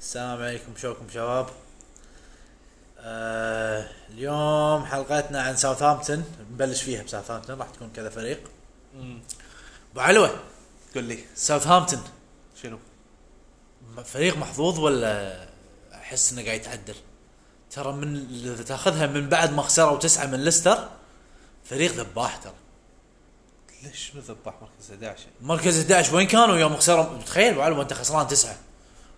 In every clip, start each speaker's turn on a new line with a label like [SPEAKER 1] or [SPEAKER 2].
[SPEAKER 1] السلام عليكم شوكم شباب آه اليوم حلقتنا عن ساوثهامبتون نبلش فيها بساوثهامبتون راح تكون كذا فريق ابو علوه
[SPEAKER 2] قول لي
[SPEAKER 1] ساوثهامبتون
[SPEAKER 2] شنو؟
[SPEAKER 1] م- فريق محظوظ ولا احس انه قاعد يتعدل ترى من اللي تاخذها من بعد ما خسروا تسعه من ليستر فريق ذباح ترى
[SPEAKER 2] ليش مذبح مركز 11
[SPEAKER 1] مركز 11 وين كانوا يوم خسروا تخيل ابو علوه انت خسران تسعه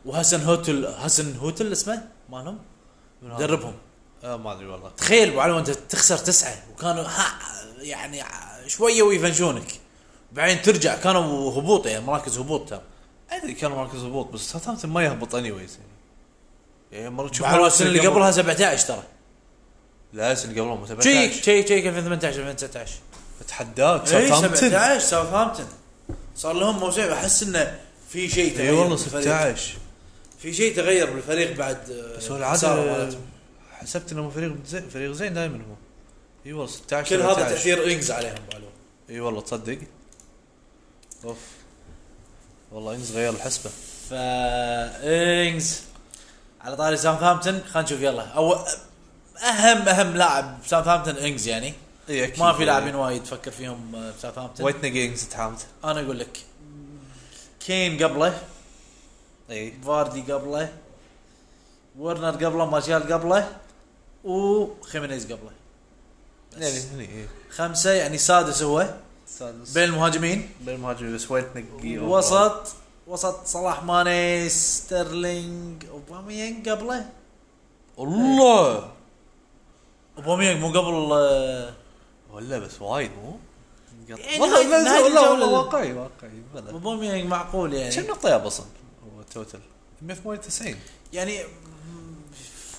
[SPEAKER 1] وهسن هوتل هسن هوتل اسمه مالهم مدربهم
[SPEAKER 2] آه ما ادري والله
[SPEAKER 1] تخيل ابو علو انت تخسر تسعه وكانوا ها يعني ع- شويه ويفنشونك بعدين ترجع كانوا هبوط يعني مراكز هبوط ترى
[SPEAKER 2] ادري كانوا مركز هبوط بس ساوثهامبتون ما يهبط اني وايز يعني يعني مرة تشوف
[SPEAKER 1] على السنه اللي قبلها 17 ترى
[SPEAKER 2] لا السنه اللي قبلها 17
[SPEAKER 1] شيك شيك شيك 2018 2019
[SPEAKER 2] اتحداك
[SPEAKER 1] اي
[SPEAKER 2] ساوثهامبتون
[SPEAKER 1] 17 إيه، ساوثهامبتون صار لهم موسم احس انه في شيء
[SPEAKER 2] اي
[SPEAKER 1] تغير
[SPEAKER 2] إيه، والله
[SPEAKER 1] بالفريق.
[SPEAKER 2] 16
[SPEAKER 1] في شيء تغير بالفريق بعد آه،
[SPEAKER 2] بس هو
[SPEAKER 1] خسارة
[SPEAKER 2] العاده
[SPEAKER 1] مالتهم.
[SPEAKER 2] حسبت انه فريق زين فريق زين دائما هو اي والله 16
[SPEAKER 1] كل هذا
[SPEAKER 2] 17.
[SPEAKER 1] تاثير انجز عليهم أبو علو.
[SPEAKER 2] اي إيه، والله تصدق اوف والله انجز غير الحسبه
[SPEAKER 1] فا انجز على طاري ساوثهامبتون خلينا نشوف يلا او اهم اهم لاعب ساوثهامبتون انجز يعني
[SPEAKER 2] اي اكيد
[SPEAKER 1] ما في لاعبين وايد تفكر فيهم آه، بساوثهامبتون
[SPEAKER 2] ويتنا جيمز تحامت
[SPEAKER 1] انا اقول لك كين قبله
[SPEAKER 2] اي
[SPEAKER 1] فاردي قبله ورنر قبله مارشال قبله وخيمينيز قبله بس.
[SPEAKER 2] يعني هني اي
[SPEAKER 1] خمسه يعني سادس هو بين المهاجمين
[SPEAKER 2] بين المهاجمين بس وين تنقي
[SPEAKER 1] وسط وسط صلاح ماني ستيرلينج اوباميانج قبله
[SPEAKER 2] الله
[SPEAKER 1] اوباميانج مو قبل آه،
[SPEAKER 2] ولا بس وايد مو
[SPEAKER 1] يعني
[SPEAKER 2] والله
[SPEAKER 1] هاي-
[SPEAKER 2] بس-
[SPEAKER 1] هاي
[SPEAKER 2] والله
[SPEAKER 1] الجولة.
[SPEAKER 2] والله واقعي واقعي بلا.
[SPEAKER 1] اوباميانج معقول
[SPEAKER 2] كم
[SPEAKER 1] يعني
[SPEAKER 2] نقطة يا بصن هو توتل 198
[SPEAKER 1] يعني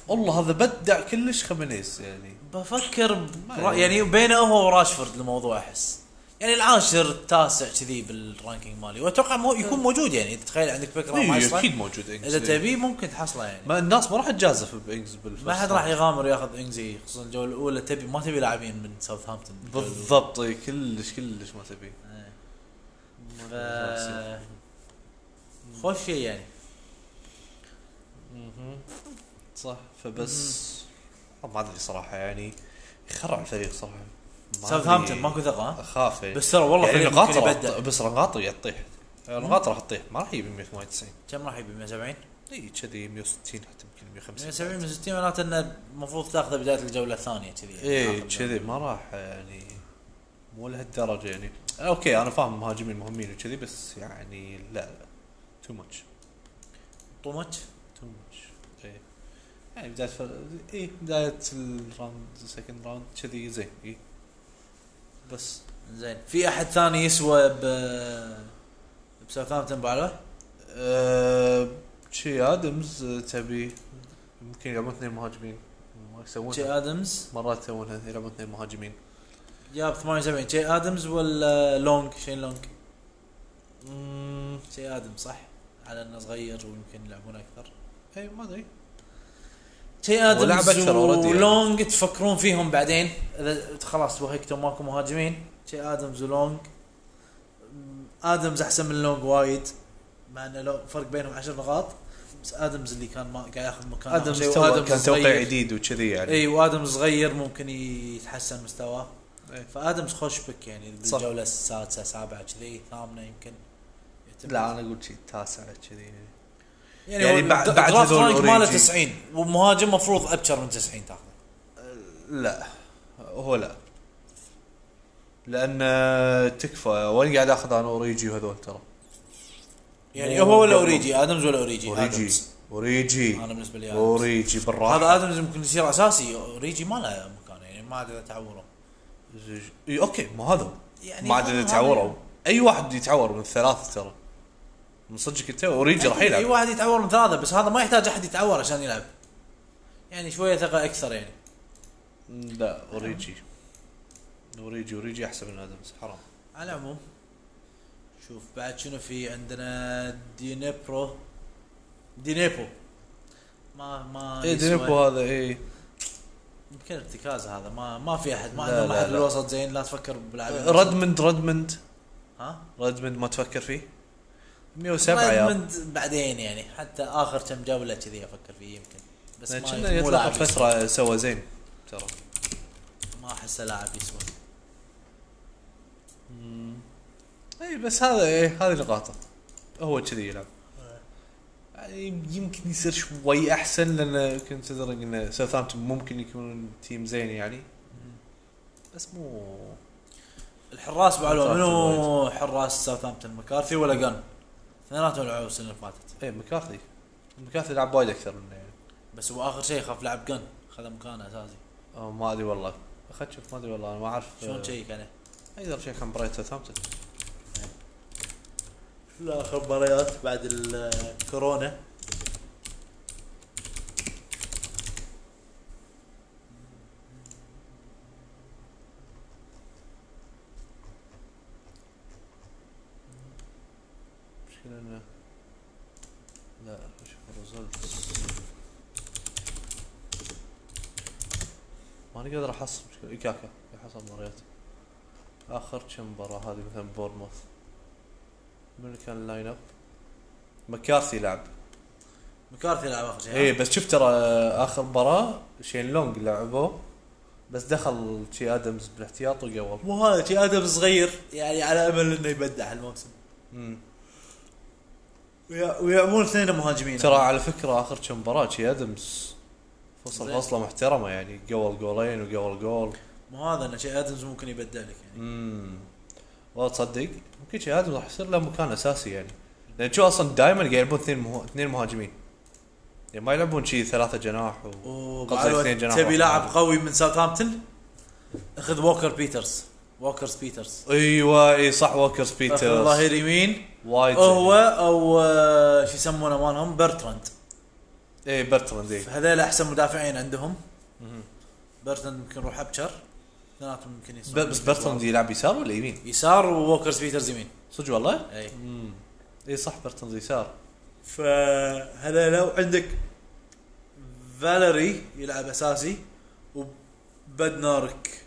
[SPEAKER 2] والله هذا بدع كلش خمينيز يعني
[SPEAKER 1] بفكر ب-
[SPEAKER 2] ما
[SPEAKER 1] را- يعني بينه هو وراشفورد الموضوع احس يعني العاشر التاسع كذي بالرانكينج مالي واتوقع مو يكون موجود يعني تخيل عندك فكره ما
[SPEAKER 2] إيه،
[SPEAKER 1] يصلح.
[SPEAKER 2] اكيد موجود انجز
[SPEAKER 1] اذا تبي ممكن تحصله يعني
[SPEAKER 2] ما الناس ما راح تجازف بانجز بالفرصة
[SPEAKER 1] إيه. ما حد راح يغامر ياخذ انجزي خصوصا الجوله الاولى تبي ما تبي لاعبين من ساوثهامبتون بالجولة الأولى.
[SPEAKER 2] بالضبط إيه، كلش كلش ما تبي
[SPEAKER 1] إيه. ف- خوش شيء يعني
[SPEAKER 2] صح فبس ما ادري صراحة يعني يخرع الفريق صراحة ما أدري.
[SPEAKER 1] ساوثهامبتون ماكو ثقه ها؟
[SPEAKER 2] اخاف يعني.
[SPEAKER 1] بس ترى والله
[SPEAKER 2] يعني
[SPEAKER 1] فريق
[SPEAKER 2] نقاط
[SPEAKER 1] ممكن
[SPEAKER 2] راح
[SPEAKER 1] يبدع
[SPEAKER 2] تط- بس نقاط راح تطيح نقاط راح تطيح ما راح يجيب 198
[SPEAKER 1] كم راح يبي 170
[SPEAKER 2] اي كذي 160 حتى يمكن 150
[SPEAKER 1] 70 من 60 معناته انه المفروض تاخذه بدايه الجوله الثانيه كذي يعني.
[SPEAKER 2] اي إيه، كذي ما راح يعني مو لهالدرجه يعني اوكي انا فاهم مهاجمين مهمين وكذي بس يعني لا لا تو ماتش
[SPEAKER 1] تو ماتش
[SPEAKER 2] تو ماتش اي يعني بدايه فر... اي بدايه الراوند السكند راوند كذي زين اي بس
[SPEAKER 1] زين في احد ثاني يسوى ب بساوثهامبتون بعلوه؟
[SPEAKER 2] أه... شي ادمز آه، تبي يمكن يلعبون اثنين مهاجمين ما يسوونها
[SPEAKER 1] جي ادمز
[SPEAKER 2] مرات يسوونها يلعبون اثنين مهاجمين
[SPEAKER 1] جاب 78 جي ادمز ولا لونج شين لونج؟ جي ادمز صح؟ على انه صغير ويمكن يلعبون اكثر إيه،
[SPEAKER 2] اي ما ادري
[SPEAKER 1] جي
[SPEAKER 2] ولعب
[SPEAKER 1] ادمز
[SPEAKER 2] أكثر already يعني.
[SPEAKER 1] ولونج تفكرون فيهم بعدين اذا خلاص وهيكتم ماكو مهاجمين جي ادمز ولونج أمم، ادمز احسن من لونج وايد مع انه لو فرق بينهم 10 نقاط بس ادمز اللي كان ما قاعد ياخذ مكان
[SPEAKER 2] ادمز تو- كان توقيع جديد وكذي يعني
[SPEAKER 1] اي وادمز صغير ممكن يتحسن مستواه
[SPEAKER 2] إيه.
[SPEAKER 1] فادمز خوش بك يعني
[SPEAKER 2] صح.
[SPEAKER 1] بالجوله السادسه سابعه كذي ثامنه يمكن يعتمد.
[SPEAKER 2] لا انا اقول شيء التاسع كذي
[SPEAKER 1] يعني,
[SPEAKER 2] يعني
[SPEAKER 1] يعني
[SPEAKER 2] بعد-
[SPEAKER 1] بعد
[SPEAKER 2] بعد
[SPEAKER 1] درافت
[SPEAKER 2] هذول
[SPEAKER 1] رانك ماله
[SPEAKER 2] أوريجي.
[SPEAKER 1] 90 ومهاجم مفروض ابشر من 90 تاخذه
[SPEAKER 2] لا هو لا لان تكفى وين قاعد اخذ انا اوريجي وهذول ترى
[SPEAKER 1] يعني
[SPEAKER 2] مو
[SPEAKER 1] هو ولا
[SPEAKER 2] قبل.
[SPEAKER 1] اوريجي ادمز ولا اوريجي
[SPEAKER 2] اوريجي
[SPEAKER 1] إيه، آدمز.
[SPEAKER 2] اوريجي
[SPEAKER 1] انا بالنسبه لي أوريجي.
[SPEAKER 2] اوريجي بالراحه
[SPEAKER 1] هذا ادمز ممكن يصير اساسي اوريجي ما له مكان يعني ما عاد إذا تعوره
[SPEAKER 2] اي اوكي ما إيه، هذا هو.
[SPEAKER 1] يعني
[SPEAKER 2] ما عاد إذا
[SPEAKER 1] هذا-
[SPEAKER 2] تعوروا اي واحد يتعور من الثلاثه ترى من صدقك انت اوريجي راح
[SPEAKER 1] اي
[SPEAKER 2] يلعب
[SPEAKER 1] واحد يتعور من ثلاثه بس هذا ما يحتاج احد يتعور عشان يلعب يعني شويه ثقه اكثر يعني
[SPEAKER 2] لا اوريجي اوريجي اوريجي احسن من ادمز حرام
[SPEAKER 1] على العموم شوف بعد شنو في عندنا دينيبرو دينيبو ما ما
[SPEAKER 2] اي
[SPEAKER 1] يسوى.
[SPEAKER 2] دينيبو إيه، هذا اي
[SPEAKER 1] يمكن ارتكاز هذا ما ما في احد ما
[SPEAKER 2] لا،
[SPEAKER 1] عندهم
[SPEAKER 2] لا،
[SPEAKER 1] احد
[SPEAKER 2] لا.
[SPEAKER 1] بالوسط زين لا تفكر بلاعبين
[SPEAKER 2] ردمند ردمند
[SPEAKER 1] ها
[SPEAKER 2] ردمند ما تفكر فيه 107 يارد
[SPEAKER 1] ريدموند بعدين يعني حتى اخر كم جوله كذي افكر فيه يمكن بس ما
[SPEAKER 2] إيه، كنا
[SPEAKER 1] مو
[SPEAKER 2] يطلع
[SPEAKER 1] لاعب
[SPEAKER 2] فتره سوى زين ترى
[SPEAKER 1] ما احسه لاعب يسوى
[SPEAKER 2] اي بس هذا إيه هذه نقاطه هو كذي يلعب يعني يمكن يصير شوي احسن لان كونسيدرينج ان ساوثهامبتون ممكن يكون تيم زين يعني بس مو
[SPEAKER 1] الحراس بعلوه
[SPEAKER 2] ساوثهامبتون
[SPEAKER 1] منو حراس ساوثهامبتون مكارثي ولا جن؟ اثنيناتهم لعبوا السنه اللي فاتت
[SPEAKER 2] اي إيه، مكارثي مكارثي لعب وايد اكثر منه يعني
[SPEAKER 1] بس هو اخر شيء خاف لعب جن خذ مكانه اساسي
[SPEAKER 2] أو ما ادري والله خلنا نشوف ما ادري والله انا ما اعرف
[SPEAKER 1] شلون
[SPEAKER 2] شيء
[SPEAKER 1] تشيك عليه؟
[SPEAKER 2] اقدر شيء كان برايت ساوثهامبتون
[SPEAKER 1] لا اخر مباريات بعد الكورونا
[SPEAKER 2] المشكله انه لا شوف الريزلت ما انا قادر احصل مشكله ايكاكا يحصل مباريات اخر كم مباراه هذه مثلا بورموث من كان اللاين اب مكارثي لعب
[SPEAKER 1] مكارثي لعب اخر شيء
[SPEAKER 2] اي بس شفت ترى اخر مباراه شين لونج لعبوه بس دخل شي ادمز بالاحتياط وقول
[SPEAKER 1] مو هذا شيء ادم صغير يعني على امل انه يبدع الموسم ويا- ويعمون اثنين مهاجمين
[SPEAKER 2] ترى على فكره اخر كم مباراه شي ادمز فصل
[SPEAKER 1] زين.
[SPEAKER 2] فصله محترمه يعني قول جولين وقول جول
[SPEAKER 1] مو هذا انه شيء ادمز ممكن يبدع لك يعني
[SPEAKER 2] امم والله تصدق ممكن شي ادمز راح يصير له مكان اساسي يعني لان شو اصلا دائما قاعد يلعبون اثنين مه... اثنين مهاجمين يعني ما يلعبون شي ثلاثه جناح و... قصدي
[SPEAKER 1] وبعلوة
[SPEAKER 2] اثنين جناح
[SPEAKER 1] تبي
[SPEAKER 2] واحد
[SPEAKER 1] لاعب
[SPEAKER 2] مهاجم.
[SPEAKER 1] قوي من ساوثهامبتون اخذ ووكر بيترز ووكر بيترز
[SPEAKER 2] ايوه اي صح ووكر
[SPEAKER 1] بيترز
[SPEAKER 2] سبيتر
[SPEAKER 1] الظهير يمين
[SPEAKER 2] وايد
[SPEAKER 1] هو او آه، شو يسمونه مالهم برتراند
[SPEAKER 2] اي برتراند اي
[SPEAKER 1] هذول احسن مدافعين عندهم برتراند يمكن يروح ابشر اثنيناتهم يمكن
[SPEAKER 2] ب-
[SPEAKER 1] يسوون
[SPEAKER 2] بس برتراند يلعب يسار ولا يمين؟
[SPEAKER 1] يسار ووكر بيترز يمين
[SPEAKER 2] صدق والله؟
[SPEAKER 1] اي
[SPEAKER 2] امم اي صح برتراند يسار
[SPEAKER 1] فهذا لو عندك فاليري يلعب اساسي وبدنارك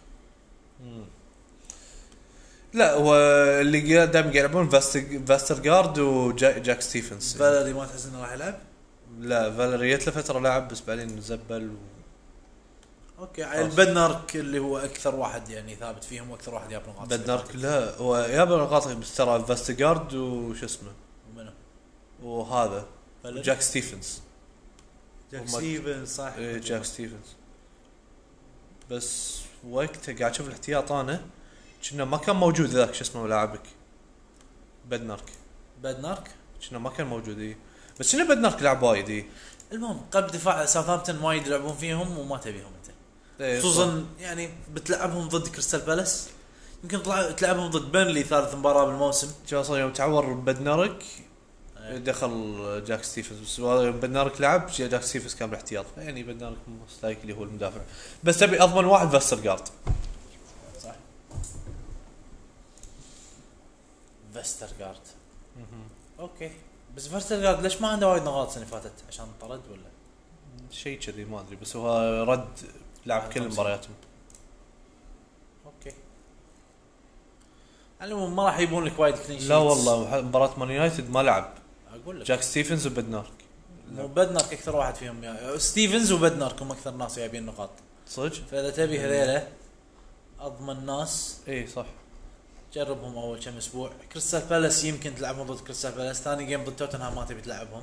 [SPEAKER 2] لا هو اللي قاعد- دائما قاعد يلعبون فاستر- فاسترغارد وجاك ستيفنس
[SPEAKER 1] فاليري ما تحس انه راح يلعب
[SPEAKER 2] لا فاليري جت له فتره لعب بس بعدين زبل و...
[SPEAKER 1] اوكي
[SPEAKER 2] خلاص.
[SPEAKER 1] على البدنارك اللي هو اكثر واحد يعني ثابت فيهم واكثر واحد جاب نقاط
[SPEAKER 2] بدنارك لا هو ياب نقاط بس ترى فاسترغارد وش اسمه
[SPEAKER 1] ومنو؟
[SPEAKER 2] وهذا
[SPEAKER 1] فاليري؟
[SPEAKER 2] جاك ستيفنس
[SPEAKER 1] جاك
[SPEAKER 2] وماك-
[SPEAKER 1] ستيفن صح
[SPEAKER 2] إيه، جاك ستيفنس بس وقتها قاعد اشوف الاحتياط انا كنا ما كان موجود ذاك شو اسمه لاعبك بدنارك
[SPEAKER 1] بدنارك
[SPEAKER 2] كنا ما كان موجود إيه. بس كنا بدنارك لعب وايد إيه.
[SPEAKER 1] المهم قلب دفاع ساوثهامبتون وايد يلعبون فيهم وما تبيهم انت
[SPEAKER 2] ايه صح.
[SPEAKER 1] خصوصا يعني بتلعبهم ضد كريستال بالاس يمكن تلع- تلعبهم ضد بنلي ثالث مباراه بالموسم
[SPEAKER 2] شو اصلا يوم تعور بدنارك
[SPEAKER 1] إيه.
[SPEAKER 2] دخل جاك ستيفنز بس هو بدنارك لعب جا- جاك ستيفنز كان بالاحتياط يعني بدنارك موست لايكلي هو المدافع بس تبي اضمن واحد فاسترغارد
[SPEAKER 1] صح فيسترغارد اوكي بس فيسترغارد ليش ما عنده وايد نقاط السنه اللي فاتت عشان طرد ولا
[SPEAKER 2] شيء كذي ما ادري بس هو رد لعب كل مبارياتهم
[SPEAKER 1] اوكي على العموم ما راح يبون لك وايد كلين
[SPEAKER 2] لا والله مباراه مان يونايتد ما لعب
[SPEAKER 1] اقول لك
[SPEAKER 2] جاك ستيفنز وبدنارك
[SPEAKER 1] مو بدنارك اكثر واحد فيهم يا. ستيفنز وبدنارك هم اكثر ناس جايبين نقاط
[SPEAKER 2] صدق؟
[SPEAKER 1] فاذا تبي هذيلا اضمن ناس
[SPEAKER 2] اي إيه، صح
[SPEAKER 1] جربهم اول كم اسبوع كريستال بالاس يمكن تلعبهم ضد كريستال بالاس ثاني جيم ضد توتنهام ما تبي تلعبهم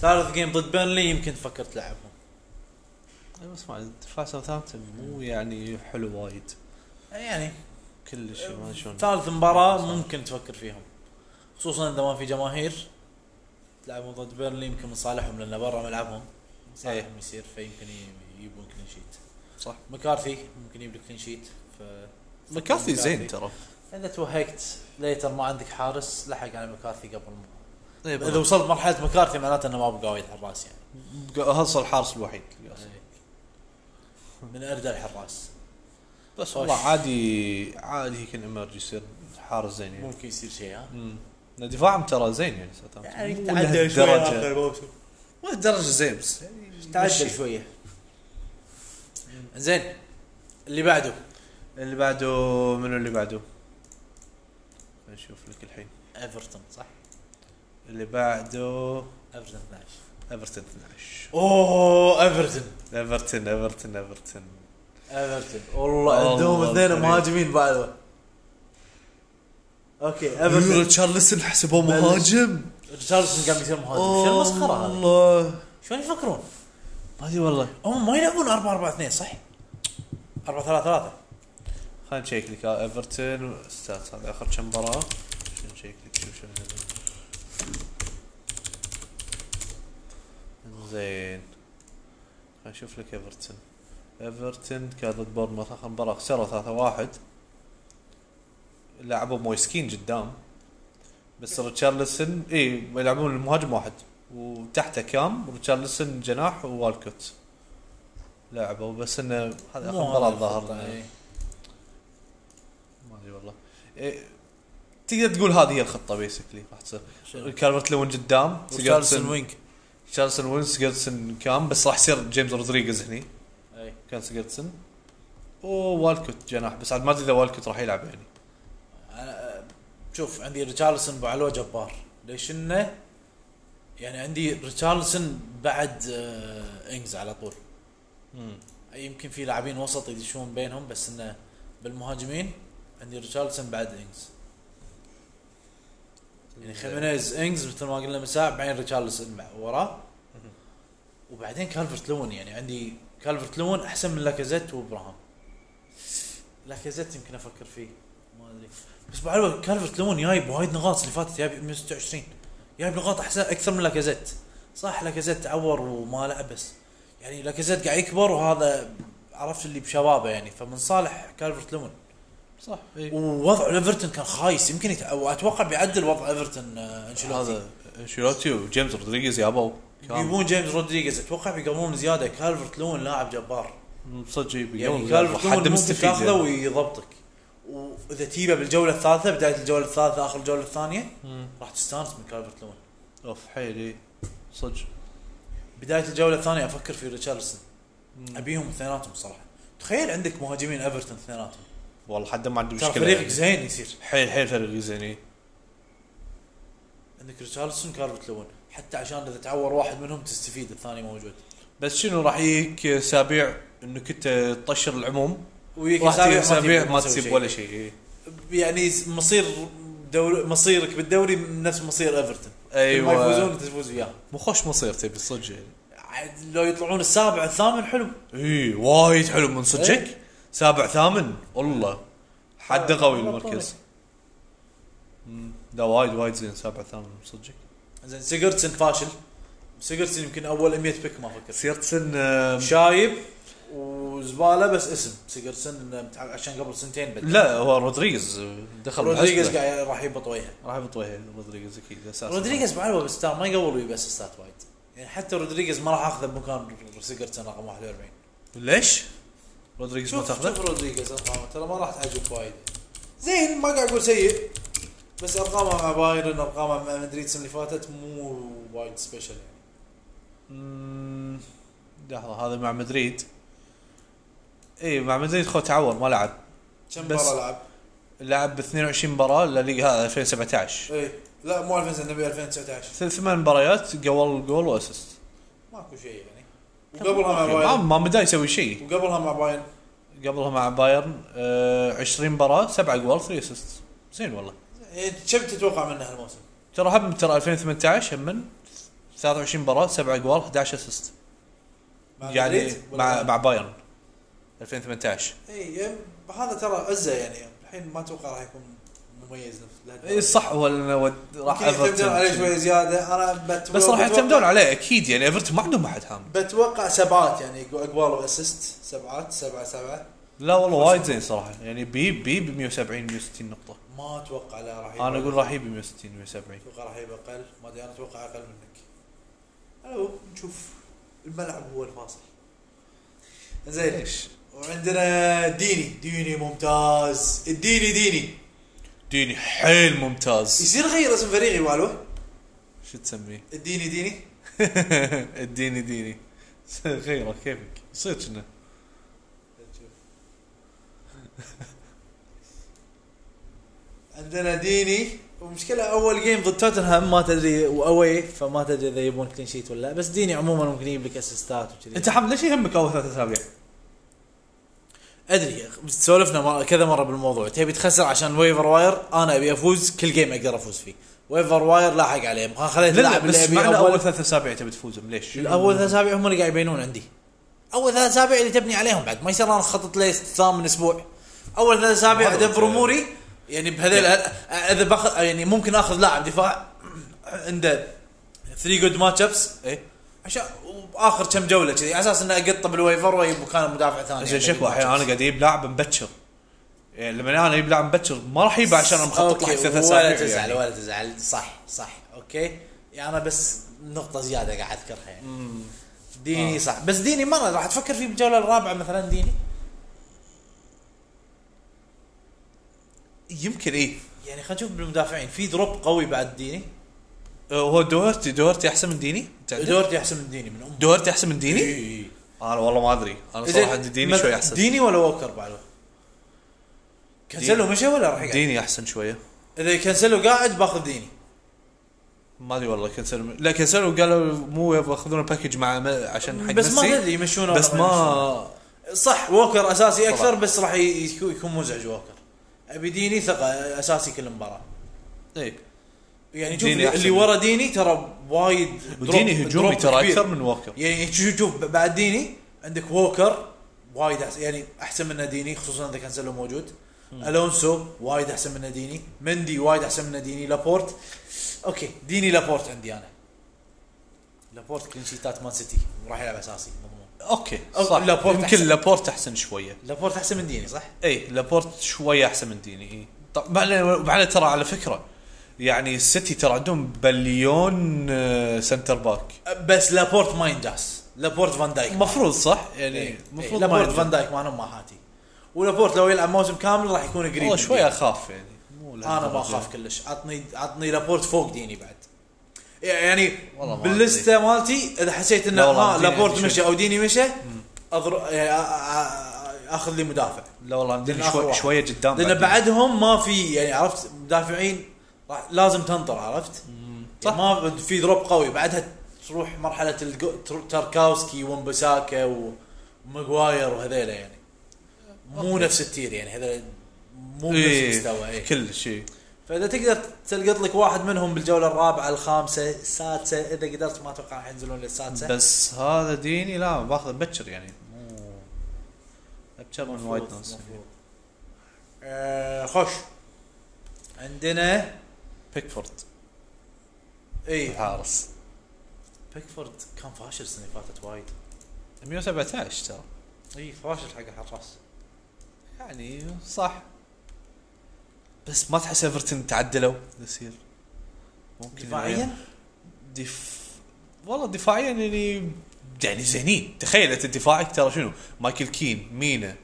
[SPEAKER 1] ثالث جيم ضد بيرنلي يمكن تفكر تلعبهم
[SPEAKER 2] إي إيه، بس ما دفاع ساوثهامبتون مو يعني حلو وايد
[SPEAKER 1] يعني
[SPEAKER 2] كل شيء ما أدري شلون
[SPEAKER 1] ثالث مباراة ممكن تفكر فيهم خصوصا اذا ما في جماهير تلعبهم ضد بيرنلي يمكن من صالحهم لان برا ملعبهم من صالحهم يصير فيمكن ي- يجيبون كلين شيت
[SPEAKER 2] إيه، صح
[SPEAKER 1] مكارثي ممكن يجيب لك كلين شيت ف
[SPEAKER 2] مكارثي زين ترى
[SPEAKER 1] اذا توهقت ليتر ما عندك حارس لحق على مكارثي قبل ما
[SPEAKER 2] إي
[SPEAKER 1] اذا وصلت مرحله مكارثي معناته انه ما بقى وايد حراس يعني
[SPEAKER 2] هذا الحارس الوحيد
[SPEAKER 1] من اردى الحراس
[SPEAKER 2] بس
[SPEAKER 1] خوش.
[SPEAKER 2] والله عادي عادي يمكن اميرج يصير حارس زين يعني
[SPEAKER 1] ممكن يصير شيء ها
[SPEAKER 2] امم دفاعهم ترى زين يعني ساوثهامبتون مو
[SPEAKER 1] تعدل شويه
[SPEAKER 2] لهالدرجة.
[SPEAKER 1] اخر الموسم
[SPEAKER 2] مو لهالدرجه زين بس
[SPEAKER 1] تعدل
[SPEAKER 2] مشي.
[SPEAKER 1] شويه زين اللي بعده
[SPEAKER 2] اللي بعده منو اللي بعده؟ نشوف لك الحين
[SPEAKER 1] ايفرتون صح؟
[SPEAKER 2] اللي بعده
[SPEAKER 1] ايفرتون 12
[SPEAKER 2] ايفرتون 12
[SPEAKER 1] اوه ايفرتون
[SPEAKER 2] ايفرتون ايفرتون ايفرتون
[SPEAKER 1] ايفرتون والله
[SPEAKER 2] الله
[SPEAKER 1] عندهم اثنين
[SPEAKER 2] الكريم.
[SPEAKER 1] مهاجمين بعد اوكي ايفرتون
[SPEAKER 2] ريتشارلسون حسبوه
[SPEAKER 1] بلش.
[SPEAKER 2] مهاجم
[SPEAKER 1] ريتشاردسون قام يصير مهاجم شو المسخره هذه؟
[SPEAKER 2] والله
[SPEAKER 1] شلون يفكرون؟
[SPEAKER 2] ما ادري طيب والله
[SPEAKER 1] هم ما يلعبون 4 4 2 صح؟ 4 3 3
[SPEAKER 2] خلينا نشيك لك آه، ايفرتون ستات هذا اخر كم مباراه شنو نشيك لك شوف شنو هنا. زين خلينا نشوف لك ايفرتون ايفرتون كان ضد بورنموث اخر مباراه خسروا 3 1 لعبوا مويسكين قدام بس ريتشارلسون اي يلعبون المهاجم واحد وتحته كام ريتشارلسون جناح ووالكوت لعبوا بس انه هذا اخر مباراه الظاهر
[SPEAKER 1] إيه.
[SPEAKER 2] إنه- ما ادري والله إيه تقدر تقول هذه هي الخطه بيسكلي راح تصير كالفرت لون قدام
[SPEAKER 1] ريتشاردسون
[SPEAKER 2] سيجارتسون
[SPEAKER 1] وينج
[SPEAKER 2] تشارلسون وينس سيجارتسون كام بس راح يصير جيمس رودريغيز هني
[SPEAKER 1] اي
[SPEAKER 2] كان سيجارتسون ووالكوت جناح بس عاد ما ادري اذا والكوت راح يلعب يعني
[SPEAKER 1] أنا- شوف عندي ريتشارلسون بعلوه جبار ليش انه يعني عندي ريتشارلسون بعد آه، انجز على طول يمكن في لاعبين وسط يدشون بينهم بس انه بالمهاجمين عندي ريتشارلسون بعد انجز يعني خيمينيز انجز مثل ما قلنا مساع بعدين ريتشارلسون مع- وراه
[SPEAKER 2] مهم.
[SPEAKER 1] وبعدين كالفرت لون يعني عندي كالفرت لون احسن من لاكازيت وابراهام لاكازيت يمكن افكر فيه ما ادري بس بعد كالفرت لون جايب وايد نقاط اللي فاتت جايب 126 جايب نقاط احسن اكثر من لاكازيت صح لاكازيت تعور وما لعب بس يعني لاكازيت قاعد يكبر وهذا عرفت اللي بشبابه يعني فمن صالح كالفرت لون
[SPEAKER 2] صح إيه.
[SPEAKER 1] ووضع ايفرتون كان خايس يمكن يتع... واتوقع بيعدل وضع ايفرتون آه، انشيلوتي
[SPEAKER 2] هذا انشيلوتي وجيمس رودريغيز يابوا كام
[SPEAKER 1] بيبون جيمس رودريغيز اتوقع بيقومون زياده كالفرت لون لاعب جبار
[SPEAKER 2] صدق
[SPEAKER 1] يعني
[SPEAKER 2] يبي
[SPEAKER 1] كالفرت
[SPEAKER 2] حد
[SPEAKER 1] لون مستفيد
[SPEAKER 2] مستفيد
[SPEAKER 1] تاخذه
[SPEAKER 2] يعني.
[SPEAKER 1] ويضبطك واذا تجيبه بالجوله الثالثه بدايه الجوله الثالثه اخر الجوله الثانيه
[SPEAKER 2] مم.
[SPEAKER 1] راح تستانس من كالفرت لون
[SPEAKER 2] اوف حيل إيه. صدق
[SPEAKER 1] بدايه الجوله الثانيه افكر في ريتشاردسون
[SPEAKER 2] مم.
[SPEAKER 1] ابيهم اثنيناتهم صراحه تخيل عندك مهاجمين ايفرتون اثنيناتهم
[SPEAKER 2] والله حد ما عنده
[SPEAKER 1] ترى
[SPEAKER 2] مشكله
[SPEAKER 1] فريقك
[SPEAKER 2] يعني.
[SPEAKER 1] زين يصير
[SPEAKER 2] حيل حيل فريق زين إيه.
[SPEAKER 1] عندك ريتشاردسون كالفرت لون حتى عشان اذا تعور واحد منهم تستفيد الثاني موجود
[SPEAKER 2] بس شنو راح يجيك اسابيع انك انت تطشر العموم
[SPEAKER 1] ويجيك
[SPEAKER 2] راح تجيك
[SPEAKER 1] ما تجيب-
[SPEAKER 2] اسابيع ما
[SPEAKER 1] تسوي
[SPEAKER 2] تسيب
[SPEAKER 1] شيء.
[SPEAKER 2] ولا شيء إيه.
[SPEAKER 1] يعني مصير دور مصيرك بالدوري نفس مصير ايفرتون أيوة. ما
[SPEAKER 2] ايوه
[SPEAKER 1] يفوزون تفوز وياهم
[SPEAKER 2] مو خوش مصير تبي صدق يعني
[SPEAKER 1] عاد لو يطلعون السابع الثامن حلو
[SPEAKER 2] اي إيه، وايد حلو من صدقك
[SPEAKER 1] إيه.
[SPEAKER 2] سابع ثامن والله حد قوي
[SPEAKER 1] والله
[SPEAKER 2] المركز مم. لا وايد وايد زين سابع ثامن من صدقك
[SPEAKER 1] زين سيجرتسن فاشل سيجرتسن يمكن اول 100 بيك ما فكر
[SPEAKER 2] سيرتسن
[SPEAKER 1] شايب وزباله بس اسم سيجرتسن إنه متع- عشان قبل سنتين بدا
[SPEAKER 2] لا هو رودريغيز دخل
[SPEAKER 1] رودريغيز
[SPEAKER 2] بالحسبة.
[SPEAKER 1] قاعد راح يبط وجهه
[SPEAKER 2] راح يبط وجهه رودريغيز اكيد اساسا
[SPEAKER 1] رودريغيز بعلوه بالستار ما يقول ويا بس ستات وايد يعني حتى رودريغيز ما راح اخذه بمكان سيجرتسن رقم 41
[SPEAKER 2] ليش؟ رودريغيز ما
[SPEAKER 1] شوف
[SPEAKER 2] تاخذه؟
[SPEAKER 1] شوف رودريغيز ارقامه ترى ما راح تعجب وايد زين ما قاعد اقول سيء بس ارقامه مع بايرن ارقامه مع مدريد السنه اللي فاتت مو وايد سبيشل يعني
[SPEAKER 2] مم، لحظه هذا مع مدريد اي مع مدريد خو تعور ما لعب
[SPEAKER 1] كم
[SPEAKER 2] بس-
[SPEAKER 1] مباراه لعب؟
[SPEAKER 2] لعب ب 22 مباراه لا ليغا هذا 2017
[SPEAKER 1] اي إيه. لا مو 2009 2019
[SPEAKER 2] ث- ثمان مباريات قول جول واسيست
[SPEAKER 1] ماكو شيء يعني وقبلها مع
[SPEAKER 2] ما
[SPEAKER 1] بايرن
[SPEAKER 2] ما بدا يسوي شيء
[SPEAKER 1] وقبلها مع بايرن
[SPEAKER 2] قبلها مع بايرن آه 20 مباراه سبعة جول 3 اسيست زين والله
[SPEAKER 1] يعني كم تتوقع منه هالموسم؟
[SPEAKER 2] ترى هم ترى 2018 هم من 23 مباراه سبعة جول 11 اسيست
[SPEAKER 1] مع
[SPEAKER 2] يعني
[SPEAKER 1] مدريد ولا
[SPEAKER 2] مع
[SPEAKER 1] لا؟
[SPEAKER 2] مع بايرن 2018
[SPEAKER 1] اي يعني هذا ترى عزه يعني الحين ما اتوقع راح يكون مميز لهالدرجة.
[SPEAKER 2] اي إيه، صح هو لأنه ود- راح
[SPEAKER 1] يمكن يعتمدون عليه
[SPEAKER 2] ايفرتون
[SPEAKER 1] شوي زياده انا بت-
[SPEAKER 2] بس راح
[SPEAKER 1] بتوقع-
[SPEAKER 2] يعتمدون عليه اكيد يعني ايفرتون ما عندهم احد هام
[SPEAKER 1] بتوقع سبعات يعني اقوال واسيست سبعات سبعة سبعة
[SPEAKER 2] لا والله وايد زين صراحه يعني بيب بيب 170 160 نقطه
[SPEAKER 1] ما اتوقع لا راح
[SPEAKER 2] انا
[SPEAKER 1] يبقى-
[SPEAKER 2] اقول راح يجيب 160 170
[SPEAKER 1] اتوقع راح يبقى اقل ما ادري انا اتوقع اقل منك الو نشوف الملعب هو الفاصل زين
[SPEAKER 2] ليش؟
[SPEAKER 1] وعندنا ديني ديني ممتاز الديني ديني
[SPEAKER 2] ديني حيل ممتاز
[SPEAKER 1] يصير غير اسم فريقي والو
[SPEAKER 2] شو تسميه؟
[SPEAKER 1] الديني ديني
[SPEAKER 2] اديني ديني غيره كيفك يصير كنا
[SPEAKER 1] عندنا ديني ومشكلة اول جيم ضد توتنهام ما تدري واوي فما تدري اذا يبون كلين شيت ولا لا بس ديني عموما ممكن يجيب لك اسيستات وكذي
[SPEAKER 2] انت حمد ليش يهمك اول ثلاث اسابيع؟
[SPEAKER 1] ادري سولفنا مر- كذا مره بالموضوع تبي تخسر عشان ويفر واير انا ابي افوز كل جيم اقدر افوز فيه ويفر واير لاحق عليه ما خليت
[SPEAKER 2] لا لا
[SPEAKER 1] اللاعب اللي
[SPEAKER 2] بس
[SPEAKER 1] ابي
[SPEAKER 2] معنى اول
[SPEAKER 1] اول
[SPEAKER 2] ثلاث اسابيع تبي تفوز ليش؟
[SPEAKER 1] الاول ثلاث اسابيع هم اللي قاعد يبينون عندي اول ثلاث اسابيع اللي تبني عليهم بعد ما يصير انا خطط لي ثامن اسبوع اول ثلاث اسابيع
[SPEAKER 2] هذا
[SPEAKER 1] ادبر
[SPEAKER 2] هو.
[SPEAKER 1] اموري يعني بهذيل اذا باخذ يعني ممكن اخذ لاعب دفاع عنده 3 جود ماتش ابس
[SPEAKER 2] ايه
[SPEAKER 1] إيه؟ عشان اخر كم جوله كذي على اساس انه اقطه بالويفر واجيب مكانه مدافع ثاني
[SPEAKER 2] زين
[SPEAKER 1] عنده good
[SPEAKER 2] شكوى الحين انا
[SPEAKER 1] matchups.
[SPEAKER 2] قاعد اجيب لاعب مبكر يعني لما انا اجيب لاعب مبكر ما راح يبى عشان انا مخطط له
[SPEAKER 1] أوكي،
[SPEAKER 2] حق ثلاث
[SPEAKER 1] ولا
[SPEAKER 2] اسابيع
[SPEAKER 1] تزعل
[SPEAKER 2] يعني.
[SPEAKER 1] ولا تزعل صح صح اوكي يعني انا بس نقطه زياده قاعد اذكرها يعني ديني
[SPEAKER 2] آه.
[SPEAKER 1] صح بس ديني مره راح تفكر فيه بالجوله الرابعه مثلا ديني
[SPEAKER 2] يمكن ايه
[SPEAKER 1] يعني خلينا نشوف بالمدافعين في دروب قوي بعد ديني
[SPEAKER 2] أه، هو دورتي دورتي احسن من ديني؟ أنت عندك؟
[SPEAKER 1] دورتي احسن من ديني من امه
[SPEAKER 2] دورتي احسن من
[SPEAKER 1] إي
[SPEAKER 2] ديني؟
[SPEAKER 1] إي إي.
[SPEAKER 2] انا إيه، والله ما ادري انا
[SPEAKER 1] زين،
[SPEAKER 2] صراحه ديني
[SPEAKER 1] مث-
[SPEAKER 2] شوي احسن
[SPEAKER 1] ديني ولا ووكر بعد كنسلو مشى ولا راح يقعد؟
[SPEAKER 2] ديني احسن شويه
[SPEAKER 1] اذا كنسلو قاعد باخذ ديني
[SPEAKER 2] ما ادري والله كنسلوا لا كنسلوا قالوا مو ياخذون الباكج مع ما- عشان حق
[SPEAKER 1] بس ما
[SPEAKER 2] ميسي.
[SPEAKER 1] تدري يمشونه
[SPEAKER 2] بس
[SPEAKER 1] ولا يمشونه.
[SPEAKER 2] ما
[SPEAKER 1] صح ووكر اساسي اكثر
[SPEAKER 2] طبعاً.
[SPEAKER 1] بس راح ي- يكو- يكون مزعج ووكر ابي ديني ثقه اساسي كل مباراه
[SPEAKER 2] ايه
[SPEAKER 1] يعني شوف
[SPEAKER 2] ديني
[SPEAKER 1] اللي
[SPEAKER 2] أحسن
[SPEAKER 1] اللي
[SPEAKER 2] منه.
[SPEAKER 1] ورا ديني ترى وايد دروب-
[SPEAKER 2] وديني هجومي
[SPEAKER 1] دروب
[SPEAKER 2] ترى
[SPEAKER 1] كبير.
[SPEAKER 2] اكثر من ووكر
[SPEAKER 1] يعني شوف شوف بعد ديني عندك ووكر وايد احسن يعني احسن من ديني خصوصا اذا كانسلو موجود الونسو وايد احسن من ديني مندي وايد احسن من ديني لابورت اوكي ديني لابورت عندي انا لابورت كلين شيتات مان سيتي راح يلعب اساسي مضمون
[SPEAKER 2] اوكي
[SPEAKER 1] أو-
[SPEAKER 2] صح
[SPEAKER 1] لابورت
[SPEAKER 2] يمكن
[SPEAKER 1] أحسن.
[SPEAKER 2] لابورت احسن شويه
[SPEAKER 1] لابورت احسن من ديني صح؟
[SPEAKER 2] اي لابورت شويه احسن من ديني اي طب بعدين بعدين ترى على فكره يعني السيتي ترى عندهم بليون آه، سنتر باك
[SPEAKER 1] بس لابورت ما ينجاز لابورت فان دايك
[SPEAKER 2] المفروض صح يعني
[SPEAKER 1] إيه.
[SPEAKER 2] المفروض
[SPEAKER 1] إيه.
[SPEAKER 2] ما
[SPEAKER 1] لابورت
[SPEAKER 2] ينزل.
[SPEAKER 1] فان دايك ما انا ما حاتي ولابورت لو يلعب موسم كامل راح يكون قريب
[SPEAKER 2] والله
[SPEAKER 1] من
[SPEAKER 2] شويه
[SPEAKER 1] ديني.
[SPEAKER 2] اخاف يعني مو يعني.
[SPEAKER 1] انا ما اخاف كلش عطني عطني لابورت فوق ديني بعد يعني
[SPEAKER 2] والله ما
[SPEAKER 1] باللسته مالتي اذا حسيت ان
[SPEAKER 2] لا والله يعني
[SPEAKER 1] ما
[SPEAKER 2] عندي-
[SPEAKER 1] لابورت
[SPEAKER 2] عندي
[SPEAKER 1] مشى او ديني مشى أضر... يعني أ- أ- أ- اخذ لي مدافع
[SPEAKER 2] لا والله ديني
[SPEAKER 1] لأن آخر
[SPEAKER 2] شوي
[SPEAKER 1] واحد.
[SPEAKER 2] شويه قدام
[SPEAKER 1] لان
[SPEAKER 2] بعدين.
[SPEAKER 1] بعدهم ما في يعني عرفت مدافعين راح- لازم تنطر عرفت
[SPEAKER 2] صح.
[SPEAKER 1] يعني ما بد- في دروب قوي بعدها تروح مرحله الجو- تر- تركاوسكي ومبساكا وماجواير وهذيلا يعني مو نفس التير يعني هذا مو نفس
[SPEAKER 2] إيه،
[SPEAKER 1] المستوى إيه.
[SPEAKER 2] كل شيء
[SPEAKER 1] فاذا تقدر تلقط لك واحد منهم بالجوله الرابعه الخامسه السادسه اذا قدرت ما اتوقع راح ينزلون للسادسه
[SPEAKER 2] بس هذا ديني لا باخذ بكر يعني مو ابكر من
[SPEAKER 1] مفروض-
[SPEAKER 2] وايد ناس
[SPEAKER 1] مفروض. آه، خوش عندنا
[SPEAKER 2] بيكفورد
[SPEAKER 1] اي
[SPEAKER 2] الحارس
[SPEAKER 1] بيكفورد كان فاشل السنه اللي فاتت وايد
[SPEAKER 2] 117 ترى
[SPEAKER 1] اي إيه، فاشل حق الحراس
[SPEAKER 2] يعني صح بس ما تحس ايفرتون تعدلوا يصير ممكن يعني-
[SPEAKER 1] دفاعيا
[SPEAKER 2] دف... والله دفاعيا يعني يعني زينين تخيل انت دفاعك ترى شنو مايكل كين مينا